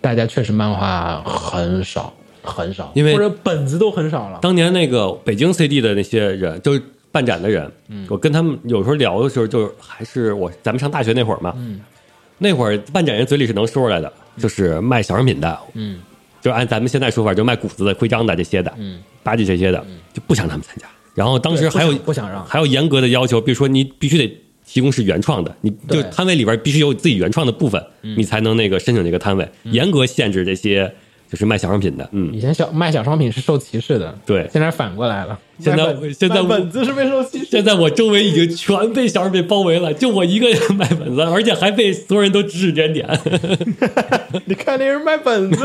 S4: 大家确实漫画很少，很少，
S5: 因为
S4: 或者本子都很少了。
S5: 当年那个北京 CD 的那些人，就是办展的人，
S4: 嗯
S5: 我跟他们有时候聊的时候，就是还是我咱们上大学
S4: 嗯
S5: 那会儿嘛，那会儿办展人嘴里是能说出来的，就是卖小商品的，
S4: 嗯，
S5: 就按咱们现在说法，就卖谷子的、规章的这些的，嗯，巴结这些的，就不想让他们参加。然后当时
S4: 对不
S5: 还有
S4: 想不想让
S5: 还有严格的要求，比如说你必须得提供是原创的，你就
S4: 对嗯
S5: 摊位里边必须有自己原创的部分，你才能那个申请这个摊位，严格限制这些就是卖小商品的，嗯，
S4: 以前小卖小商品是受歧视的，
S5: 对
S4: 现在反过来了。
S5: 现在
S4: 卖本
S5: 现在
S4: 卖本子是被受歧视的，
S5: 现在我周围已经全被小商品包围了，就我一个人卖本子，而且还被所有人都指指点点。
S4: 你看那人卖本子，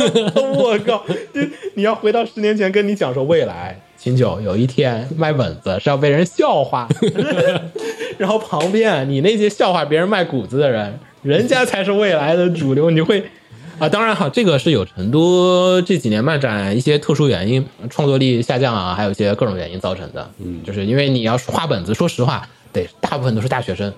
S4: 我靠！这你要回到十年前跟你讲说未来，秦九有一天卖本子是要被人笑话，然后旁边你那些笑话别人卖谷子的人，人家才是未来的主流，你会。啊，当然哈，这个是有成都这几年漫展一些特殊原因，创作力下降啊，还有一些各种原因造成的。嗯，就是因为你要画本子，说实话，得大部分都是大学生，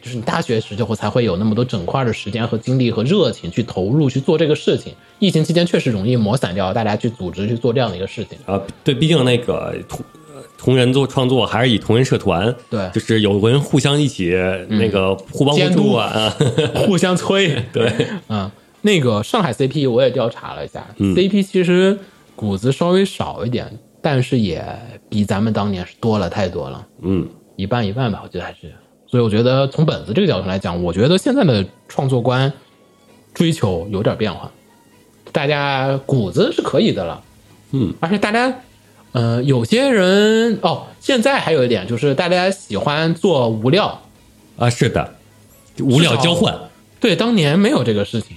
S4: 就是你大学时就会才会有那么多整块的时间和精力和热情去投入去做这个事情。疫情期间确实容易磨散掉，大家去组织去做这样的一个事情。
S5: 啊，对，毕竟那个同呃同人做创作还是以同人社团，
S4: 对嗯
S5: 就是有人互相一起那个互帮互
S4: 监
S5: 助
S4: 督
S5: 啊，啊
S4: 互相催。
S5: 对，
S4: 嗯，那个上海 CP 我也调查了一下、c
S5: 嗯
S4: p 其实谷子稍微少一点，但是也比咱们当年是多了太多了，
S5: 嗯，
S4: 一半一半吧，我觉得还是。所以我觉得从本子这个角度来讲，我觉得现在的创作观追求有点变化，大家谷子是可以的了，
S5: 嗯，
S4: 而且大家。呃，有些人哦，现在还有一点就是，大家喜欢做无料，
S5: 啊，是的，无聊交换，
S4: 对，当年没有这个事情，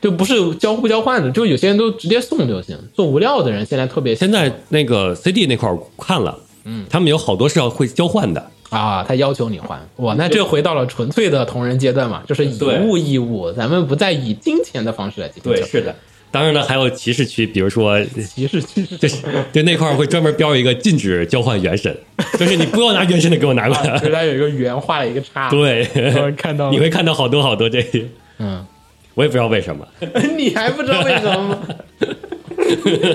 S4: 就不是交不交换的，就有些人都直接送就行。做无料的人现在特别
S5: 现在那个 CD 那块儿我看了，嗯，他们有好多是要会交换的，
S4: 啊，他要求你还哇，那这回到了纯粹的同人阶段嘛，就是以
S5: 对
S4: 物易物，咱们不再以金钱的方式来进行交易。
S5: 的。当然了，还有歧视区，比如说，
S4: 歧视歧视，
S5: 就是对那块儿会专门标一个禁止交换原神，就是你不要拿原神的给我拿过来
S4: 就。是他有一个圆画了一个叉，，
S5: 对，
S4: 我看到了
S5: 你会看到好多好多这些，
S4: 嗯，
S5: 我也不知道为什么。
S4: 你还不知道为什么吗？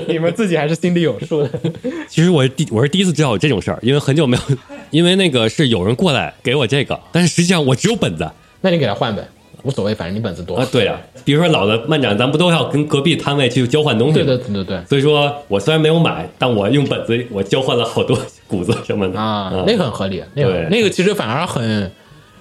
S4: 你们自己还是心里有数的。
S5: 其实我是第我是第一次知道有这种事儿，因为很久没有， 因为那个是有人过来给我这个，但是实际上我只有本子啊。
S4: 那你给他换呗，无所谓，反正你本子多。
S5: 对啊，比如说老的漫展，咱不都要跟隔壁摊位去交换东西
S4: 对
S5: 吗？
S4: 对对对对。
S5: 所以说我虽然没有买，但我用本子我交换了好多 谷子什么的
S4: 啊
S5: 嗯，
S4: 那个很合理，那个
S5: 对
S4: 那个其实反而很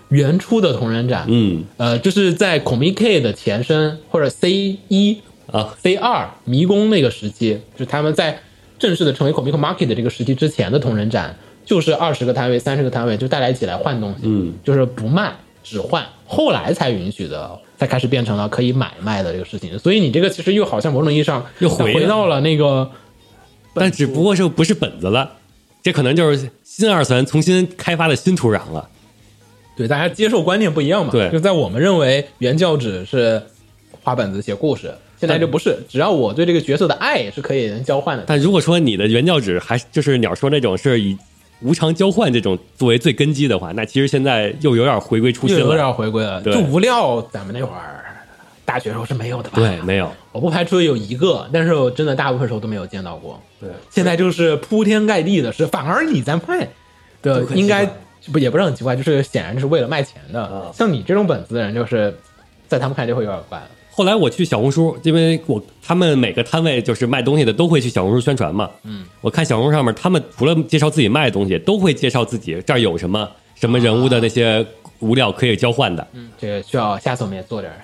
S4: 原初的同人展，
S5: 嗯
S4: 呃，就是在 Comic K 的前身或者 C 一
S5: 啊
S4: C 二迷宫那个时期，就是他们在正式的成为 Comic Market 的这个时期之前的同人展，就是二十个摊位、三十个摊位，就大家一起来换东西，
S5: 嗯，
S4: 就是不卖只换，后来才允许的，才开始变成了可以买卖的这个事情。所以你这个其实又好像某种意义上
S5: 又回
S4: 回到了那个
S5: 但只不过是不是本子了，这可能就是新二次元重新开发的新土壤了。
S4: 对，大家接受观念不一样嘛。
S5: 对
S4: 就在我们认为原教旨是画本子写故事，现在就不是。只要我对这个角色的爱是可以能交换的。
S5: 但如果说你的原教旨还是就是鸟说那种是以无偿交换这种作为最根基的话，那其实现在又有点回归初
S4: 又
S5: 心
S4: 有
S5: 了。
S4: 点回归了，
S5: 啊对
S4: 就无料，咱们那会儿大学时候是没有的吧？
S5: 对，没有。
S4: 我不排除有一个，但是我真的大部分时候都没有见到过。
S5: 对，
S4: 现在就是铺天盖地的是，反而你在卖的应该不也不是很奇怪，就是显然是为了卖钱的。
S5: 啊
S4: 像你这种本子的人，就是在他们看来就会有点怪。
S5: 后来我去小红书，因为我他们每个摊位就是卖东西的都会去小红书宣传嘛。嗯，我看小红书上面，他们除了介绍自己卖的东西，都会介绍自己这儿有什么什么人物的那些物料可以交换的。
S4: 嗯，这个需要下次我们也做点儿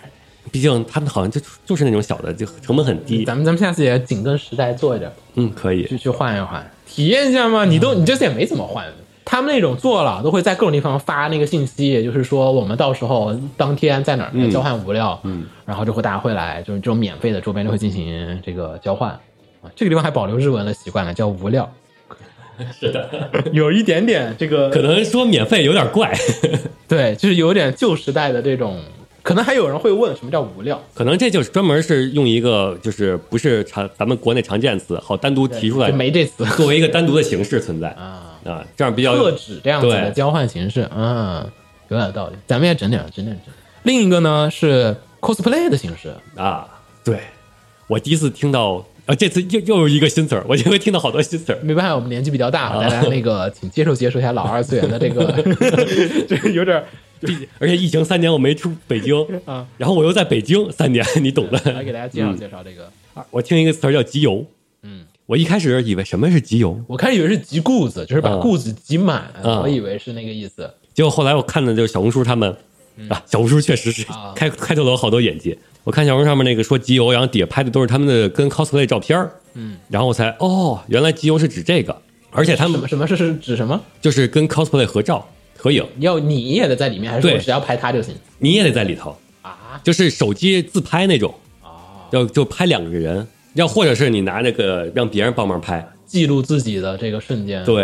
S5: 毕竟他们好像就就是那种小的，就成本很低。
S4: 咱们咱们下次也紧跟时代做一点，
S5: 嗯，可以
S4: 去去换一换，体验一下嘛。你都
S5: 嗯
S4: 你这次也没怎么换，他们那种做了都会在各种地方发那个信息，也就是说我们到时候当天在哪儿交换物料，嗯，然后就会大家会来，就是这种免费的周边就会进行这个交换。啊，这个地方还保留日文的习惯了，叫无料，
S5: 是的，
S4: 有一点点这
S5: 可
S4: 个
S5: 能说免费有点怪，
S4: 对，就是有点旧时代的这种。可能还有人会问什么叫无料，
S5: 可能这就是专门是用一个就是不是常咱们国内常见词，好单独提出来
S4: 就，没这词
S5: 作为一个单独的形式存在
S4: 啊。
S5: 啊，这样比较
S4: 特指这样子的
S5: 对
S4: 交换形式啊，有点道理。咱们也整点儿，整点儿，整点儿。另一个呢是 cosplay 的形式，
S5: 啊，对，我第一次听到啊，这次又又有一个新词儿，我就会听到好多新词儿。
S4: 没办法，我们年纪比较大，
S5: 啊
S4: 大家那个请接受接受一下老二次元的这 个，这个有点儿
S5: 毕而且疫情三年我没出北京
S4: 啊，
S5: 然后我又在北京三年，你懂的。 嗯
S4: 来给大家介绍介绍这个。
S5: 我听一个词儿叫集邮，嗯，我一开始以为什么是集邮，
S4: 我开始以为是集固子，就是把
S5: 嗯
S4: 固子集满，
S5: 嗯
S4: 我以为是那个意思。
S5: 结果后来我看的就是小红书他们、啊，小红书确实是
S4: 嗯啊
S5: 开、开拓了我好多眼界。我看小红书上面那个说集邮，然后底下拍的都是他们的跟 cosplay 照片嗯，然后我才哦，原来集邮是指这个，而且他
S4: 什
S5: 们
S4: 么什么是是指什么？
S5: 就是跟 cosplay 合照合影，
S4: 要你也得在里面，还是
S5: 对
S4: 我只要排他就行
S5: 你也得在里头，
S4: 啊？哦
S5: 就是手机自拍那种，就就拍两个人，要或者是你拿那个让别人帮忙拍，
S4: 记录自己的这个瞬间，，
S5: 对。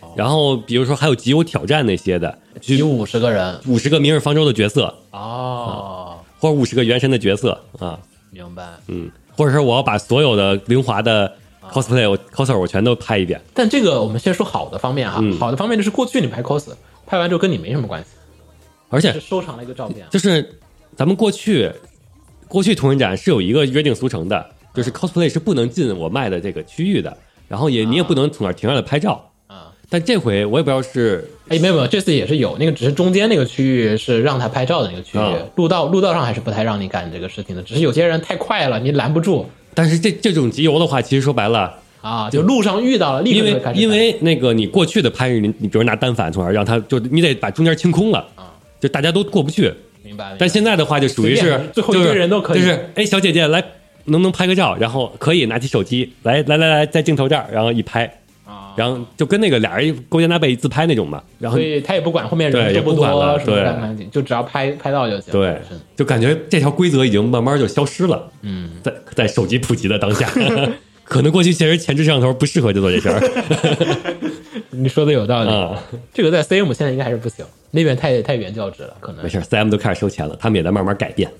S4: 哦
S5: 然后比如说还有集邮挑战那些的，就
S4: 集五十个人
S5: 五十个明日方舟的角色，
S4: 哦，
S5: 或者五十个原神的角色啊，
S4: 明白。
S5: 嗯，或者是我要把所有的凌华的 cosplay 我 coser 我全都拍一遍，
S4: 但这个我们先说好的方面啊，
S5: 嗯
S4: 好的方面就是过去你拍 cos，拍完之后跟你没什么关系，
S5: 而
S4: 是
S5: 且
S4: 收藏了一个照片。啊
S5: 就是咱们过去过去同人展是有一个约定俗成的，就是 cosplay 是不能进我卖的这个区域的，然后也你也不能从那儿停下来拍照。
S4: 啊，
S5: 但这回我也不知道是
S4: 哎，没有没有，这次也是有那个，只是中间那个区域是让他拍照的那个区域
S5: 啊，
S4: 路道路道上还是不太让你干这个事情的，只是有些人太快了，你拦不住
S5: 但是这这种集邮的话，其实说白了，
S4: 啊，就路上遇到了，立
S5: 因
S4: 刻就
S5: 为
S4: 会开始
S5: 因为那个你过去的拍日，你你比如拿单反从那儿让他就你得把中间清空了，就大家都过不去。
S4: 拍啊明白，明白
S5: 但现在的话就属于
S4: 随
S5: 是
S4: 便最后一堆
S5: 就是
S4: 人都可以
S5: 就是哎小姐姐来能不能拍个照？然后可以拿起手机来来来来在镜头这儿，然后一拍，
S4: 啊，
S5: 然后就跟那个俩人勾肩搭背自拍那种嘛，然后
S4: 所以他也不管后面人多
S5: 对也不管了
S4: 多，什么
S5: 对
S4: 干不干净，就只要拍拍到就行。
S5: 对
S4: 是，
S5: 就感觉这条规则已经慢慢就消失了。嗯，在在手机普及 的当下， 可能过去其实前置摄像头不适合就做这事儿
S4: 你说的有道理。
S5: 啊。
S4: 这个在 CM 现在应该还是不行，那边太太原教旨了，可能
S5: 没。事，CM 都开始收钱了，他们也在慢慢改变。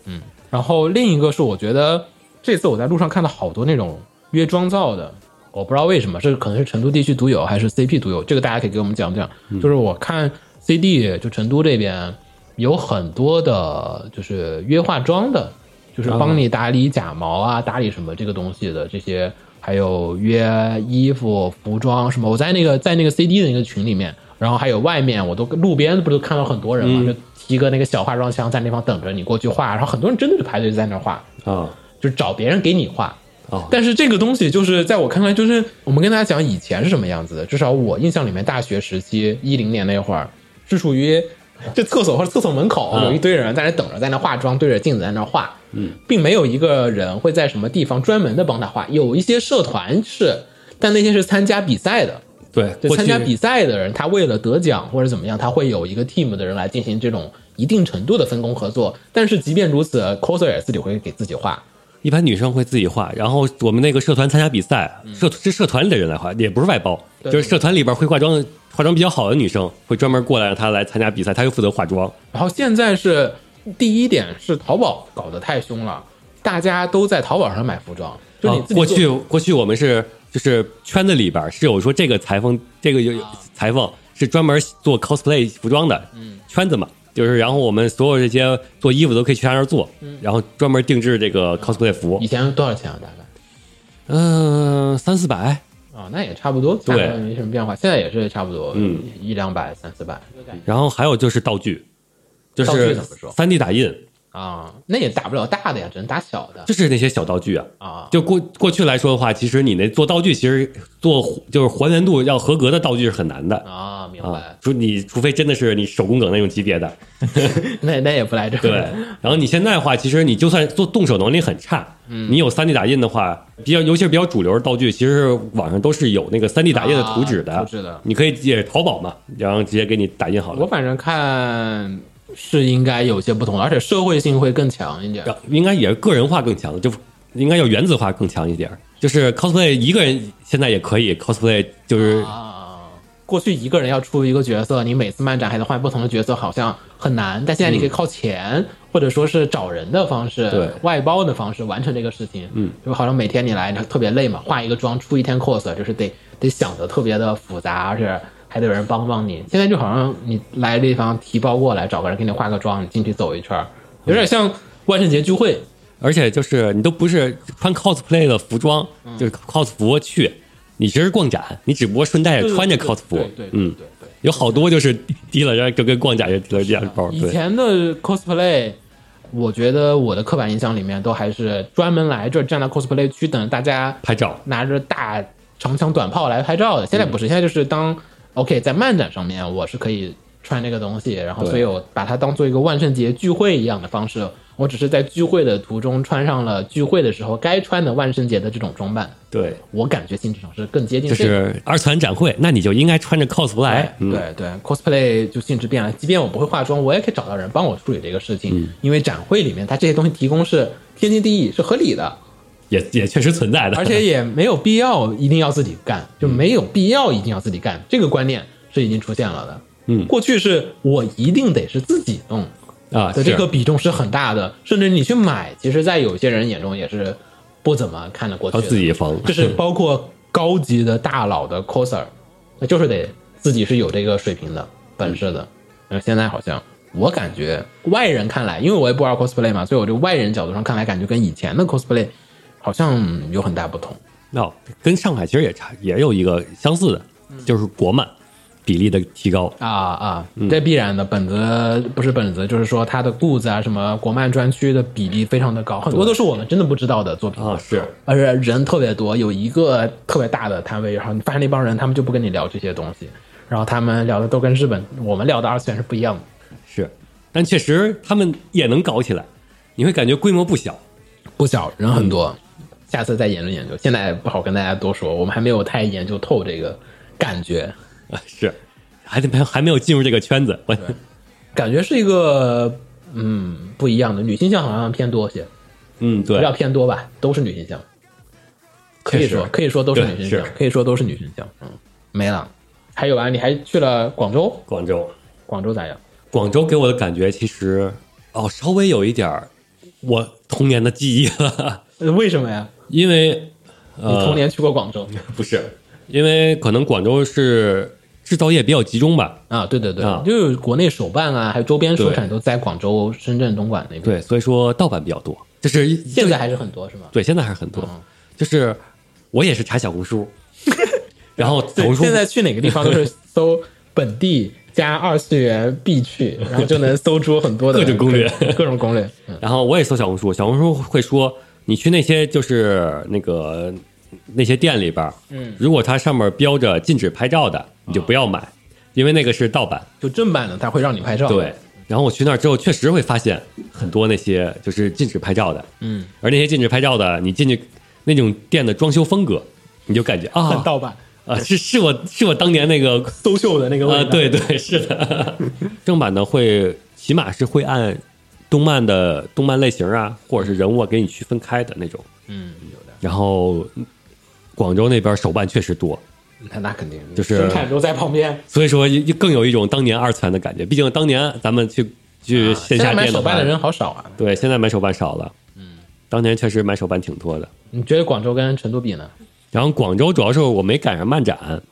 S4: 然后另一个是，我觉得这次我在路上看到好多那种约妆造的，我不知道为什么，这可能是成都地区独有，还是 CP 独有？这个大家可以给我们讲讲。就是我看 CD 就成都这边有很多的，就是约化妆的，就是帮你打理假毛啊、打理什么这个东西的这些，还有约衣服、服装什么。我在那个在那个 CD 的那个群里面，然后还有外面，我都路边不都看到很多人嘛，就提个那个小化妆箱在那地方等着你过去化，然后很多人真的就排队在那儿化，
S5: 啊
S4: 就找别人给你化。
S5: 哦，
S4: 但是这个东西就是在我看来，就是我们跟大家讲以前是什么样子的，至少我印象里面，大学时期一零年那会儿是属于 这厕所或者厕所门口
S5: 嗯
S4: 有一堆人在那等着，在那化妆，对着镜子在那化，嗯，并没有一个人会在什么地方专门的帮他化，有一些社团是，但那些是参加比赛的，
S5: 对，
S4: 对
S5: 过
S4: 参
S5: 去
S4: 加比赛的人，他为了得奖或者怎么样，他会有一个 team 的人来进行这种一定程度的分工合作。但是即便如此，coser 也自己会给自己画。
S5: 一般女生会自己画，然后我们那个社团参加比赛，社是社团里的人来画，也不是外包，
S4: 嗯对
S5: 就是社团里边会化妆的，化妆比较好的女生会专门过来让她来参加比赛，她就负责化妆。
S4: 然后现在是第一点是淘宝搞得太凶了，大家都在淘宝上买服装，就你
S5: 啊
S4: 自己做、
S5: 过去过去我们是就是圈子里边是有说这个裁缝，这个有
S4: 啊
S5: 裁缝是专门做 cosplay 服装的，
S4: 嗯
S5: 圈子嘛，就是然后我们所有这些做衣服都可以去他那儿做，
S4: 嗯
S5: 然后专门定制这个 cosplay 服
S4: 以，前多少钱啊？大概
S5: 嗯、三四百，
S4: 啊、那也差不多，
S5: 对
S4: 价格没什么变化。现在也是差不多，
S5: 嗯，
S4: 一两百、三四百
S5: 然后还有就是道具，就
S4: 道具
S5: 是
S4: 怎么说
S5: 三 D 打印。
S4: 啊，那也打不了大的呀，只能打小的
S5: 就是那些小道具啊。
S4: 啊。
S5: 就过过去来说的话，其实你那做道具，其实做就是还原度要合格的道具是很难的
S4: 啊，明
S5: 啊
S4: 白，。
S5: 除你除非真的是你手工梗那种级别的，
S4: 那那也不来这
S5: 对
S4: 儿。。
S5: 然后你现在的话，其实你就算做动手能力很差，
S4: 嗯
S5: 你有 3D 打印的话，比较尤其是比较主流的道具，其实网上都是有那个 3D 打印的图纸的，
S4: 啊图纸的
S5: 你可以也淘宝嘛，然后直接给你打印好
S4: 我
S5: 了。
S4: 反正看是应该有些不同，而且社会性会更强一点。
S5: 然后应该也是个人化更强，就应该要原子化更强一点儿。就是 cosplay 一个人现在也可以 cosplay，就是
S4: 啊，过去一个人要出一个角色，你每次漫展还得换不同的角色，好像很难。但现在你可以靠钱、或者说是找人的方式
S5: 嗯对、
S4: 外包的方式完成这个事情。嗯，就好像每天你来特别累嘛，化一个妆出一天 cos，就是得得想的特别的复杂，而且还得有人帮帮你。现在就好像你来这地方提包过来，找个人给你化个妆，你进去走一圈儿，有点像万圣节聚会。
S5: 而且就是你都不是穿 cosplay 的服装，
S4: 嗯
S5: 就是 cos 服去，你其实逛展，你只不过顺带着哎穿着 cos 服，
S4: 对对对对
S5: 嗯，
S4: 对对。
S5: 有好多就是提了，然后就跟逛展就提了这样包，
S4: 以
S5: 哦对，
S4: 前的 cosplay，我觉得我的刻板印象里面都还是专门来这儿站到 cosplay 区等大家
S5: 拍照，
S4: 拿着大长枪短炮来拍照的。现
S5: 嗯
S4: 在不是，现在就是当 OK 在漫展上面，我是可以穿那个东西，然后
S5: 对
S4: 所以我把它当做一个万圣节聚会一样的方式。我只是在聚会的途中穿上了聚会的时候该穿的万圣节的这种装扮，
S5: 对，
S4: 我感觉性质上是更接近
S5: 就
S4: 这个。
S5: 是二次元展会，那你就应该穿着 cosplay，、
S4: 哎，
S5: 嗯，
S4: 对对，cosplay 就性质变了。即便我不会化妆，我也可以找到人帮我处理这个事
S5: 嗯
S4: 情，因为展会里面它这些东西提供是天经地义，是合理 的，
S5: 也也确实存在的，
S4: 而且也没有必要一定要自己
S5: 嗯
S4: 干，就没有必要一定要自己干，这个观念是已经出现了的。
S5: 嗯
S4: 过去是我一定得是自己弄
S5: 啊，
S4: 的，这
S5: 是
S4: 个比重是很大的，甚至你去买，其实在有些人眼中也是不怎么看得过去
S5: 靠
S4: 的。
S5: 哦自己缝，
S4: 就是包括高级的大佬的 coser，那就是得自己是有这个水平的本事的。但是现在好像我感觉外人看来，因为我也不玩 cosplay 嘛，所以我这外人角度上看来，感觉跟以前的 cosplay 好像有很大不同。
S5: 那、跟上海其实也差，也有一个相似的，
S4: 嗯
S5: 就是国漫比例的提高。
S4: 啊啊，
S5: 嗯
S4: 这必然的。本子不是本子，就是说它的故子啊，什么国漫专区的比例非常的高，很多都是我们真的不知道的作品
S5: 啊是，
S4: 而且人特别多，有一个特别大的摊位，然后你发现那帮人他们就不跟你聊这些东西，然后他们聊的都跟日本我们聊的二次元是不一样的。
S5: 是，但确实他们也能搞起来，你会感觉规模不小。
S4: 不小，人很多，
S5: 嗯
S4: 下次再研究研究。现在不好跟大家多说，我们还没有太研究透这个感觉。
S5: 啊 是，还得没有还没有进入这个圈子，我
S4: 感觉是一个嗯不一样的，女性向好像偏多些，
S5: 嗯
S4: 比
S5: 对
S4: 较，偏多吧，都是女性向，可以
S5: 确实
S4: 说可以说都是
S5: 对
S4: 女性向
S5: 是，
S4: 可以说都是女性向，嗯，没了。还有啊，你还去了广州，
S5: 广州，
S4: 广州咋样？
S5: 广州给我的感觉其实哦，稍微有一点儿我童年的记忆了，
S4: 呃为什么呀？
S5: 因为
S4: 你
S5: 呃，
S4: 童年去过广州、
S5: 不是，因为可能广州是制造业比较集中吧，
S4: 啊？对对对，
S5: 啊
S4: 就是国内手办啊，还有周边
S5: 对
S4: 生产都在广州、深圳、东莞那边。
S5: 对，所以说盗版比较多，就是
S4: 现在还是很嗯多是吗？
S5: 对，现在还是很多。就是我也是查小红 书，然后小
S4: 对，
S5: 红书
S4: 现在去哪个地方 都是搜本地加二次元必去，然后就能搜出很多的
S5: 各种攻略
S4: 各各种攻略。嗯，
S5: 然后我也搜小红书，小红书会说你去那些就是那个那些店里边，嗯，如果它上面标着禁止拍照的，你就不要买，因为那个是盗版。
S4: 就正嗯版的他会让你拍照，
S5: 对，，然后我去那儿之后，确实会发现很多那些就是禁止拍照的，
S4: 嗯，
S5: 而那些禁止拍照的，你进去那种店的装修风格，你就感觉啊
S4: 很盗版
S5: 啊，是是我是我当年那个
S4: 搜秀的那个味
S5: 啊，
S4: 道。
S5: 对对， 是的，正版的会起码是会按动漫的动漫类型啊，或者是人物啊给你区分开的那种。
S4: 嗯，有的，
S5: 然后广州那边手办确实多，
S4: 那那肯定
S5: 就是
S4: 生产都在旁边。
S5: 所以说一更有一种当年二次元的感觉。毕竟当年咱们去去线
S4: 啊现在
S5: 下
S4: 买
S5: 店
S4: 手
S5: 话
S4: 办的人好少啊。
S5: 对，现在买手办少了。嗯，当年确实买手办挺多的。
S4: 你觉得广州跟成都比呢？
S5: 然后广州主要是我没赶上漫展，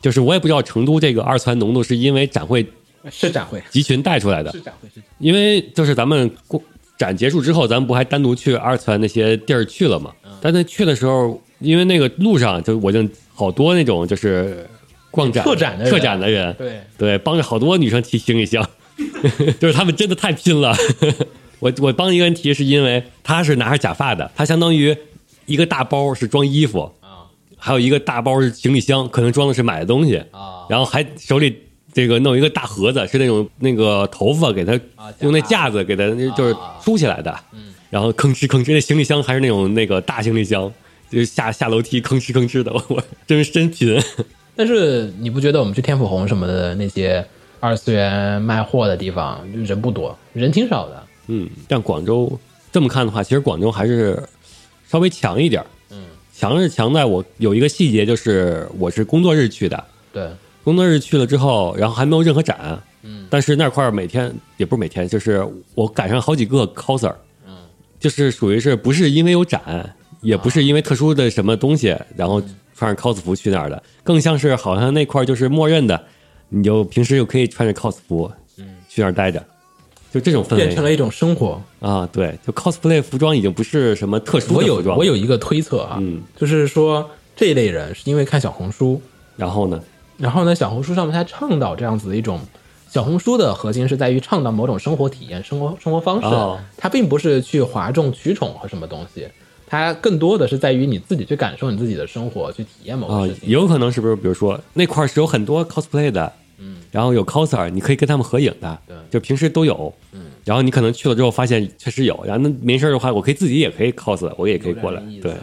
S5: 就是我也不知道成都这个二次元浓度是因为展会
S4: 是展会，
S5: 集群带出来的
S4: 是，展会，是展会
S5: 因为就是咱们过展结束之后，咱们不还单独去二次元那些地儿去了嘛？
S4: 嗯
S5: 但是去的时候，因为那个路上就我就好多那种就是逛展
S4: 策展的人
S5: 策展的人，
S4: 对，
S5: 对，帮着好多女生提行李箱， 就是他们真的太拼了。 我我帮一个人提，是因为他是拿着假发的，他相当于一个大包是装衣服
S4: 啊，
S5: 还有一个大包是行李箱，可能装的是买的东西
S4: 啊
S5: 然后还手里这个弄一个大盒子，是那种那个头发给他
S4: 啊
S5: 用那
S4: 假
S5: 架子给他就是梳起来的，
S4: 嗯
S5: 然后吭哧吭哧，那行李箱还是那种那个大行李箱，就是下下楼梯吭哧吭哧的， 我我真是真贫。
S4: 但是你不觉得我们去天府红什么的那些二次元卖货的地方，就人不多，人挺少的。
S5: 嗯，但广州这么看的话，其实广州还是稍微强一点儿。嗯，强是强在我有一个细节，就是我是工作日去的，
S4: 对，
S5: 工作日去了之后，然后还没有任何展。嗯，但是那块儿每天也不是每天，就是我赶上好几个 coser。嗯，就是属于是不是因为有展，也不是因为特殊的什么东西，然后穿着 cos 服去那儿的，更像是好像那块儿就是默认的，你就平时就可以穿着 cos 服，嗯，去那儿待着。就这种氛围
S4: 变成了一种生活。
S5: 啊，对，就 cosplay 服装已经不是什么特殊
S4: 我
S5: 的
S4: 有
S5: 服装。
S4: 我有，一个推测啊，
S5: 嗯
S4: 就是说这一类人是因为看小红书，
S5: 然后呢？
S4: 然后呢，小红书上面他倡导这样子的一种小红书的核心是在于倡导某种生活体验、生活生活方式，
S5: 哦
S4: 它并不是去哗众取宠和什么东西，它更多的是在于你自己去感受你自己的生活，去体验某
S5: 啊
S4: 个事，情。
S5: 有可能是不是？比如说那块儿是有很多 cosplay 的，嗯，然后有 coser，你可以跟他们合影的，
S4: 对
S5: 就平时都有，嗯，然后你可能去了之后发现确实有，然后那没事儿的话，我可以自己也可以 cos，我也可以过来
S4: 有点意，思啊
S5: 对，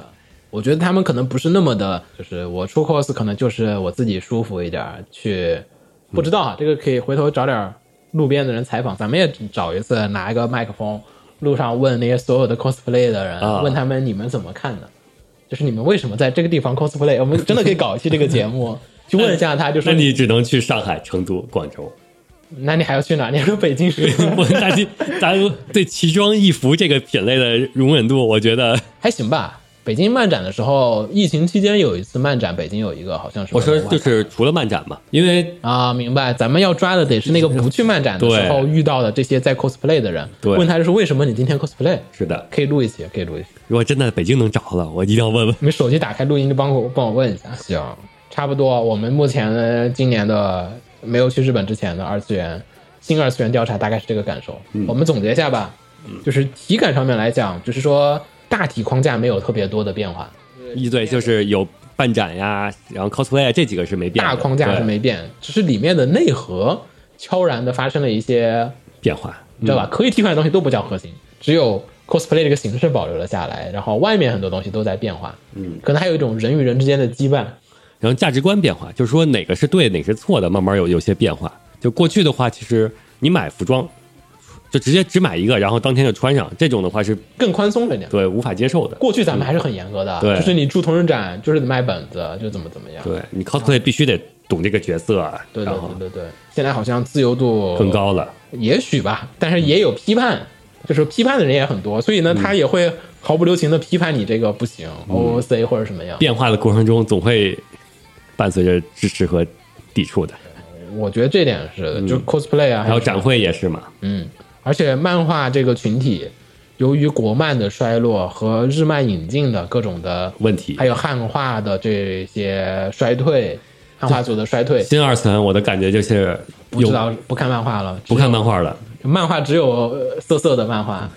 S4: 我觉得他们可能不是那么的，就是我出 cos 可能就是我自己舒服一点儿去，不知道
S5: 嗯
S4: 啊，这个可以回头找点儿路边的人采访，咱们也找一次拿一个麦克风，路上问那些所有的 cosplay 的人，
S5: 啊
S4: 问他们你们怎么看的，就是你们为什么在这个地方 cosplay，我们真的可以搞一期这个节 目，去问一下他，就说
S5: 那你只能去上海、成都、广州，
S4: 那你还要去哪？你还说北京是吧
S5: 我大家大家对奇装异服这个品类的容忍度，我觉 得
S4: 还行吧。北京漫展的时候，疫情期间有一次漫展，北京有一个好像是
S5: 我说
S4: 文化
S5: 就是除了漫展嘛，因为
S4: 啊，明白。咱们要抓的得是那个不去漫展的时候
S5: 对
S4: 遇到的这些在 cosplay 的人，
S5: 对
S4: 问他就是为什么你今天 cosplay，
S5: 是的，
S4: 可以录一期，可以录一期。
S5: 如果真的北京能找了，我一定要问问。
S4: 你们手机打开录音就帮我帮我问一下。行，差不多。我们目前的今年的没有去日本之前的二次元新二次元调查大概是这个感受。
S5: 嗯
S4: 我们总结一下吧，就是体感上面来讲，就是说大体框架没有特别多的变化，
S5: 一对就是有办展呀，然后 cosplay 啊这几个是没变的，
S4: 大框架是
S5: 对
S4: 没变，只是里面的内核悄然的发生了一些
S5: 变化。
S4: 你知道吧？可以替换的东西都不叫核心，只有 cosplay 这个形式保留了下来，然后外面很多东西都在变化，嗯，可能还有一种人与人之间的羁绊，
S5: 然后价值观变化，就是说哪个是对，哪个是错的，慢慢有有些变化。就过去的话，其实你买服装就直接只买一个，然后当天就穿上，这种的话是
S4: 更宽松了点。
S5: 对无法接受的。
S4: 过去咱们还是很严格的，
S5: 对
S4: 就是你住同人展就是得卖本子，就怎么怎么样，
S5: 对你 cosplay 必须得懂这个角色，啊
S4: 对对
S5: 然后
S4: 对对对。现在好像自由度
S5: 更，高了。
S4: 也许吧，但是也有批判，就是批判的人也很多，所以
S5: 嗯
S4: 呢，他也会毫不留情的批判你这个不行，OOC 或者什么样。
S5: 变化的过程中，总会伴随着支持和抵触的。
S4: 我觉得这点是
S5: 嗯
S4: 的，就 cosplay 啊，还有
S5: 还有
S4: 什么
S5: 展会也是嘛，
S4: 而且漫画这个群体，由于国漫的衰落和日漫引进的各种的
S5: 问题
S4: 还有汉化的这些衰退，汉化组的衰退，
S5: 新二次元我的感觉就是
S4: 不知
S5: 有
S4: 道不看漫画了，
S5: 不看漫画了，
S4: 漫画只有呃色色的漫画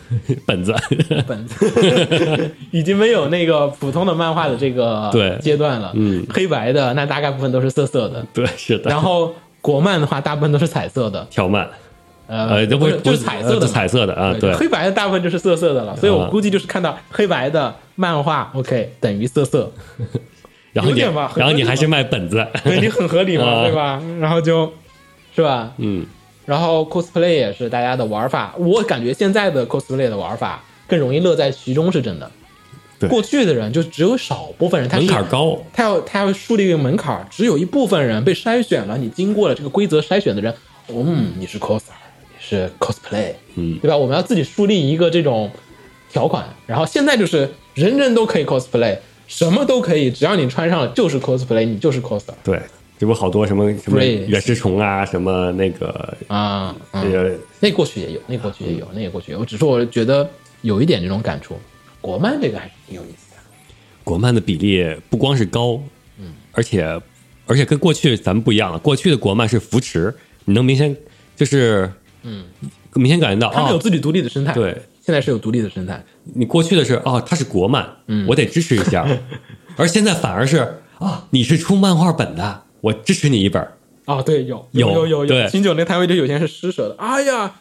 S5: 本子。
S4: 本子，已经没有那个普通的漫画的这个
S5: 对
S4: 阶段了。
S5: 嗯
S4: 黑白的那大概部分都是色色的，
S5: 对，是的。
S4: 然后国漫的话大部分都是彩色的，
S5: 条漫，
S4: 呃
S5: 呃，，这
S4: 不
S5: 不
S4: 是就是彩色的嘛
S5: 彩色的啊，对啊
S4: 黑白的大部分就是色色的了，所以我估计就是看到黑白的漫画，OK 等于色 色，
S5: 然后
S4: 有
S5: 你，
S4: 点吧很
S5: 然后
S4: 合理
S5: 你还
S4: 吧
S5: 是卖本子，
S4: 对你很合理嘛，
S5: 啊
S4: 对吧？然后就是吧，
S5: 嗯，
S4: 然后 cosplay 也是大家的玩法，我感觉现在的 cosplay 的玩法更容易乐在其中，是真的。
S5: 对
S4: 过去的人就只有少部分人，他是
S5: 门槛，高，
S4: 他要他要树立一个门槛儿，只有一部分人被筛选了，你经过了这个规则筛选的人，嗯，你是 coser，你是 cosplay，
S5: 嗯
S4: 对吧？我们要自己树立一个这种条款，然后现在就是人人都可以 cosplay，什么都可以，只要你穿上了就是 cosplay，你就是 coser
S5: 对，这不好多什么什么
S4: Brave
S5: 原石虫啊，什么那个
S4: 啊、嗯
S5: 呃，
S4: 那过去也有，那过去也有，那过去也有。只是我觉得有一点这种感触，国漫这个还是挺有意思的。
S5: 哦国漫的比例不光是高，嗯，而且而且跟过去咱们不一样了，过去的国漫是扶持，你能明显就是，嗯，明显感觉到
S4: 他们有
S5: 哦，
S4: 自己独立的生态，
S5: 对，
S4: 现在是有独立的生态。
S5: 你过去的是哦，它是国漫，
S4: 嗯
S5: 我得支持一 下，而现在反而是啊、你是出漫画本的，我支持你一本儿，
S4: 哦，对，有
S5: 有
S4: 有有有，
S5: 对
S4: 秦九那摊位就有些是施舍的。哎呀，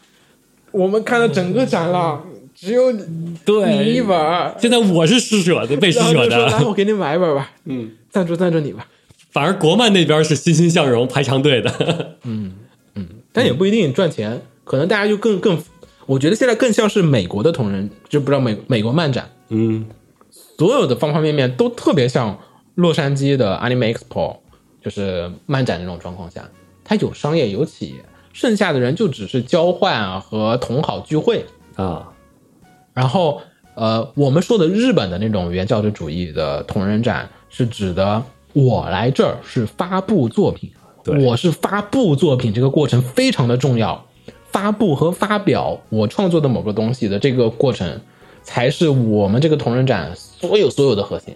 S4: 我们看了整个展了，只有你
S5: 对
S4: 你一本儿，
S5: 现在我是施舍的，被施
S4: 然后
S5: 舍
S4: 就说来，
S5: 的，
S4: 我给你买一本儿吧，嗯，赞助赞助你吧。
S5: 反而国漫那边是欣欣向荣排长 队的。
S4: 但也不一定赚钱，可能大家就更更，我觉得现在更像是美国的同人，就不知道美美国漫展，
S5: 嗯，
S4: 所有的方方面面都特别像洛杉矶的 Anime Expo，就是漫展那种状况下，它有商业有企业，剩下的人就只是交换啊和同好聚会，
S5: 啊，
S4: 然后呃，我们说的日本的那种原教旨主义的同人展，是指的我来这儿是发布作品，
S5: 对
S4: 我是发布作品，这个过程非常的重要。发布和发表我创作的某个东西的这个过程，才是我们这个同人展所有所有的核心。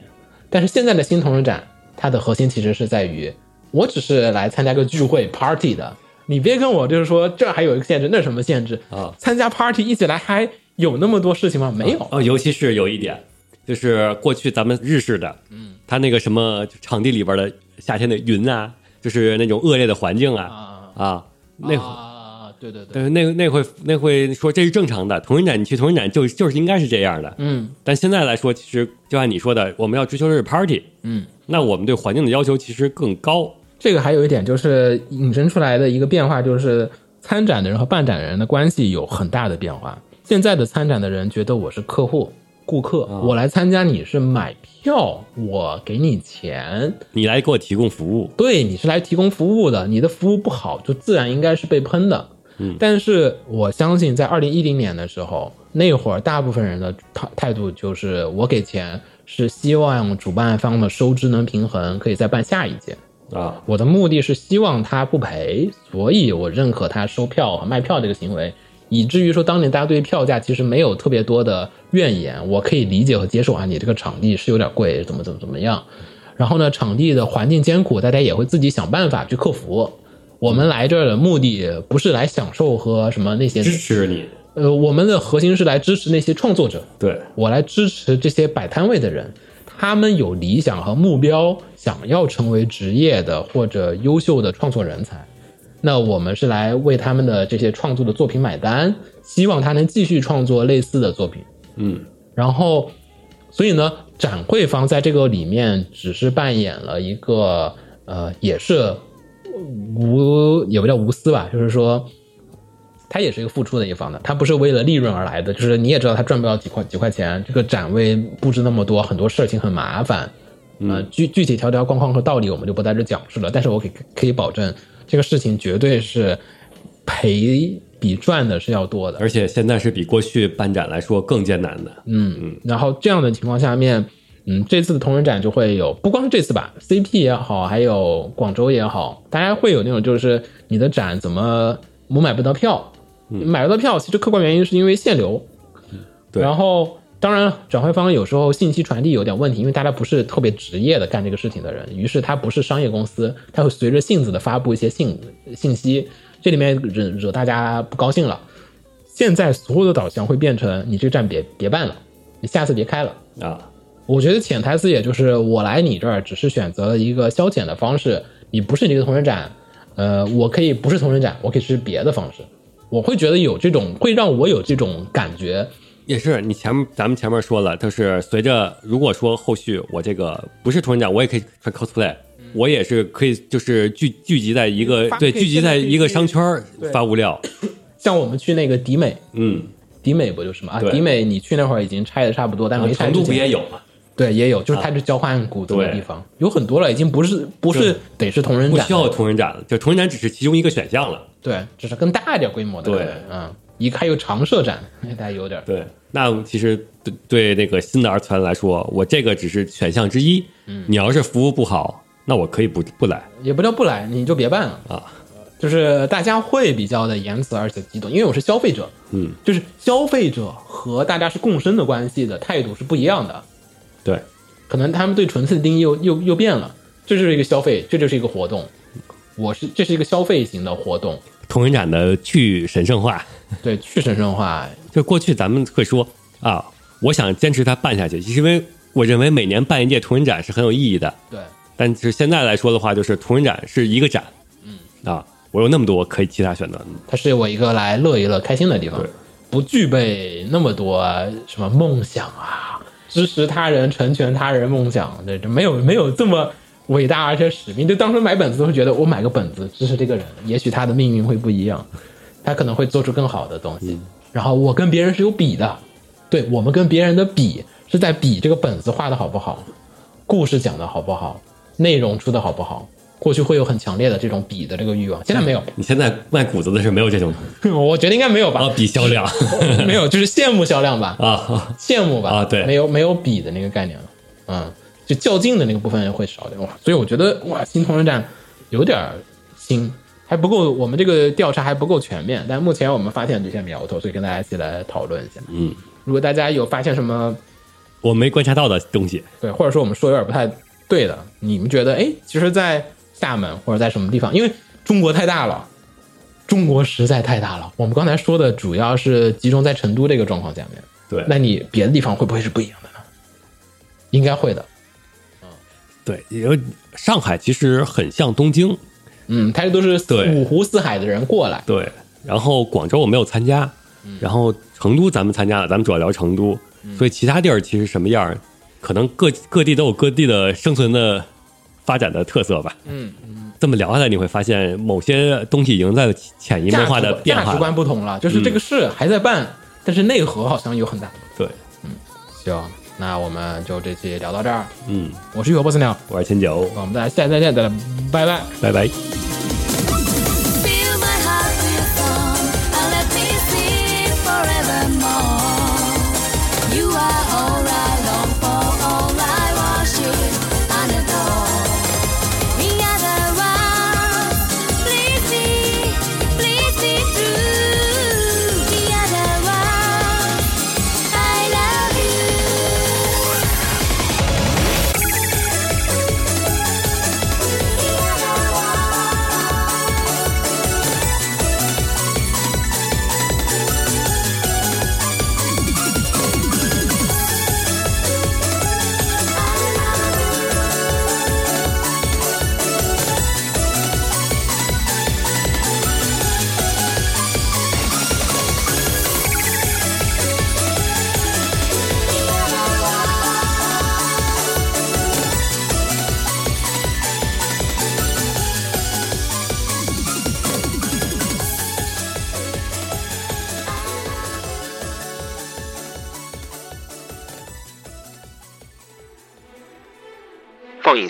S4: 但是现在的新同人展，它的核心其实是在于，我只是来参加个聚会 party 的，你别跟我就是说这儿还有一个限制，那什么限制
S5: 啊
S4: 参加 party 一起来嗨，有那么多事情吗？没有，
S5: 哦，尤其是有一点，就是过去咱们日式的，嗯，它那个什么场地里边的夏天的云啊，就是那种恶劣的环境啊啊那会
S4: 啊，对对对，
S5: 对那那会那会说这是正常的，同人展你去同人展就就是应该是这样的，
S4: 嗯
S5: 但现在来说，其实就按你说的，我们要追求的是 party，
S4: 嗯，
S5: 那我们对环境的要求其实更高。
S4: 这个还有一点就是引申出来的一个变化，就是参展的人和办展的人的关系有很大的变化。现在的参展的人觉得我是客户、顾客，我来参加你是买票，我给你钱，
S5: 你来给我提供服务，
S4: 对，你是来提供服务的，你的服务不好，就自然应该是被喷的。
S5: 嗯
S4: 但是我相信，在二零一零年的时候，那会儿大部分人的态态度就是，我给钱是希望主办方的收支能平衡，可以再办下一届。
S5: 啊，
S4: 我的目的是希望他不赔，所以我认可他收票啊和卖票这个行为，以至于说当年大家对于票价其实没有特别多的怨言，我可以理解和接受啊，你这个场地是有点贵，怎么怎么怎么样。然后呢，场地的环境艰苦，大家也会自己想办法去克服。我们来这儿的目的不是来享受和什么那些
S5: 支，持你，
S4: 呃，我们的核心是来支持那些创作者，
S5: 对，
S4: 我来支持这些摆摊位的人，他们有理想和目标，想要成为职业的或者优秀的创作人才。那我们是来为他们的这些创作的作品买单，希望他能继续创作类似的作品。
S5: 嗯，
S4: 然后，所以呢，展会方在这个里面只是扮演了一个呃，也是无也不叫无私吧，就是说，他也是一个付出的一方的，他不是为了利润而来的，就是你也知道他赚不了几块几块钱，这个展位布置那么多，很多事情很麻烦，呃，具具体条条框框和道理我们就不在这讲述了，但是我可以可以保证，这个事情绝对是赔比赚的是要多的，
S5: 而且现在是比过去办展来说更艰难的，
S4: 嗯，然后这样的情况下面，嗯，这次的同人展就会有，不光是这次吧，CP 也好，还有广州也好，大家会有那种就是你的展怎么我买不到票，买不到票，其实客观原因是因为限流，
S5: 对
S4: 然后当然转会方有时候信息传递有点问题，因为大家不是特别职业的干这个事情的人，于是他不是商业公司，他会随着性子的发布一些信信息，这里面惹惹大家不高兴了。现在所有的导向会变成你这个站别别办了，你下次别开了。
S5: 啊，
S4: 我觉得潜台词也就是我来你这儿只是选择了一个消遣的方式，你不是你这个同人展，呃，我可以不是同人展，我可以是别的方式。我会觉得有这种会让我有这种感觉，
S5: 也是你前面咱们前面说了，就是随着如果说后续我这个不是同人展，我也可以穿 cosplay，我也是可以就是聚聚集在一个
S4: 嗯发
S5: 对
S4: 可以
S5: 聚集
S4: 现在
S5: 在
S4: 可以
S5: 一个商圈儿
S4: 对
S5: 发物料，
S4: 像我们去那个迪美，
S5: 嗯，
S4: 迪美不就是嘛？啊，
S5: 对呃
S4: 迪美你去那会儿已经拆的差不多，但没拆
S5: 成都
S4: 之
S5: 不
S4: 前
S5: 也有吗？
S4: 对也有，就是它是交换古董的
S5: 啊对
S4: 地方，有很多了，已经不是不是
S5: 对
S4: 得是同人
S5: 不
S4: 展
S5: 需
S4: 了，
S5: 要同人展了，就同人展只是其中一个选项了。
S4: 对，只是更大一点规模的，
S5: 对，
S4: 嗯，一个还有常设展，大家有点儿，
S5: 对，那其实对对那个新的二次元来说，我这个只是选项之一。嗯，你要是服务不好，那我可以不不来
S4: 也不叫不来，你就别办了，
S5: 啊。
S4: 就是大家会比较的言辞而且激动，因为我是消费者，
S5: 嗯，
S4: 就是消费者和大家是共生的关系的态度是不一样的，
S5: 对，
S4: 可能他们对纯粹的定义又又又变了，这就是一个消费，这就是一个活动，我是这是一个消费型的活动，
S5: 同人展的去神圣化，
S4: 对，去神圣化，
S5: 就过去咱们会说啊，我想坚持它办下去，是因为我认为每年办一届同人展是很有意义的。
S4: 对，
S5: 但是现在来说的话，就是同人展是一个展，嗯啊，我有那么多可以其他选择的。
S4: 它是我一个来乐一乐、开心的地方
S5: 对，
S4: 不具备那么多什么梦想啊，支持他人、成全他人梦想，这这没有没有这么伟大而且使命。就当时买本子都会觉得，我买个本子支持这个人，也许他的命运会不一样，他可能会做出更好的东西。然后我跟别人是有比的，对我们跟别人的比是在比这个本子画的好不好，故事讲的好不好，内容出的好不好。过去会有很强烈的这种比的这个欲望，现在没有，
S5: 你现在卖谷子的是没有这种东 西
S4: 我觉得应该没有吧。
S5: 啊，比销量
S4: 没有，就是羡慕销量吧，
S5: 啊，
S4: 羡慕吧，
S5: 啊对
S4: 没有没有比的那个概念了，嗯，就较劲的那个部分会少点哇，所以我觉得哇，新同人展有点儿新，还不够，我们这个调查还不够全面，但目前我们发现这些苗头，所以跟大家一起来讨论一下。
S5: 嗯，
S4: 如果大家有发现什么
S5: 我没观察到的东西。
S4: 对，或者说我们说有点不太对的，你们觉得哎，其实，在厦门或者在什么地方，因为中国太大了，中国实在太大了。我们刚才说的主要是集中在成都这个状况下面，
S5: 对
S4: 那你别的地方会不会是不一样的呢？应该会的。
S5: 对，有上海其实很像东京，
S4: 嗯，他这都是
S5: 对
S4: 五湖四海的人过来，
S5: 对，然后广州我没有参加，
S4: 嗯
S5: 然后成都咱们参加了，咱们主要聊成都，所以其他地儿其实什么样儿，可能各各地都有各地的生存的发展的特色吧。
S4: 嗯，
S5: 这么聊下来，你会发现某些东西已经在潜移
S4: 价
S5: 默
S4: 值
S5: 化的
S4: 观
S5: 变
S4: 价
S5: 化
S4: 值
S5: 了。
S4: 观不同了，就是这个事还在办，但是内核好像有很大的不
S5: 对，
S4: 同。行，那我们就这期聊到这儿，
S5: 嗯，
S4: 我是雨果波斯鸟，
S5: 我是千九，
S4: 我们大家下期再见，大家拜拜。
S5: 拜拜。
S3: Fill my heart with your song and let me sing forevermore. You are all I long for, all I worship and adore. In other words, please be, please be true. In other words, I love you.
S6: 放映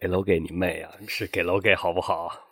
S5: 给楼给你妹啊！是给楼给好不好？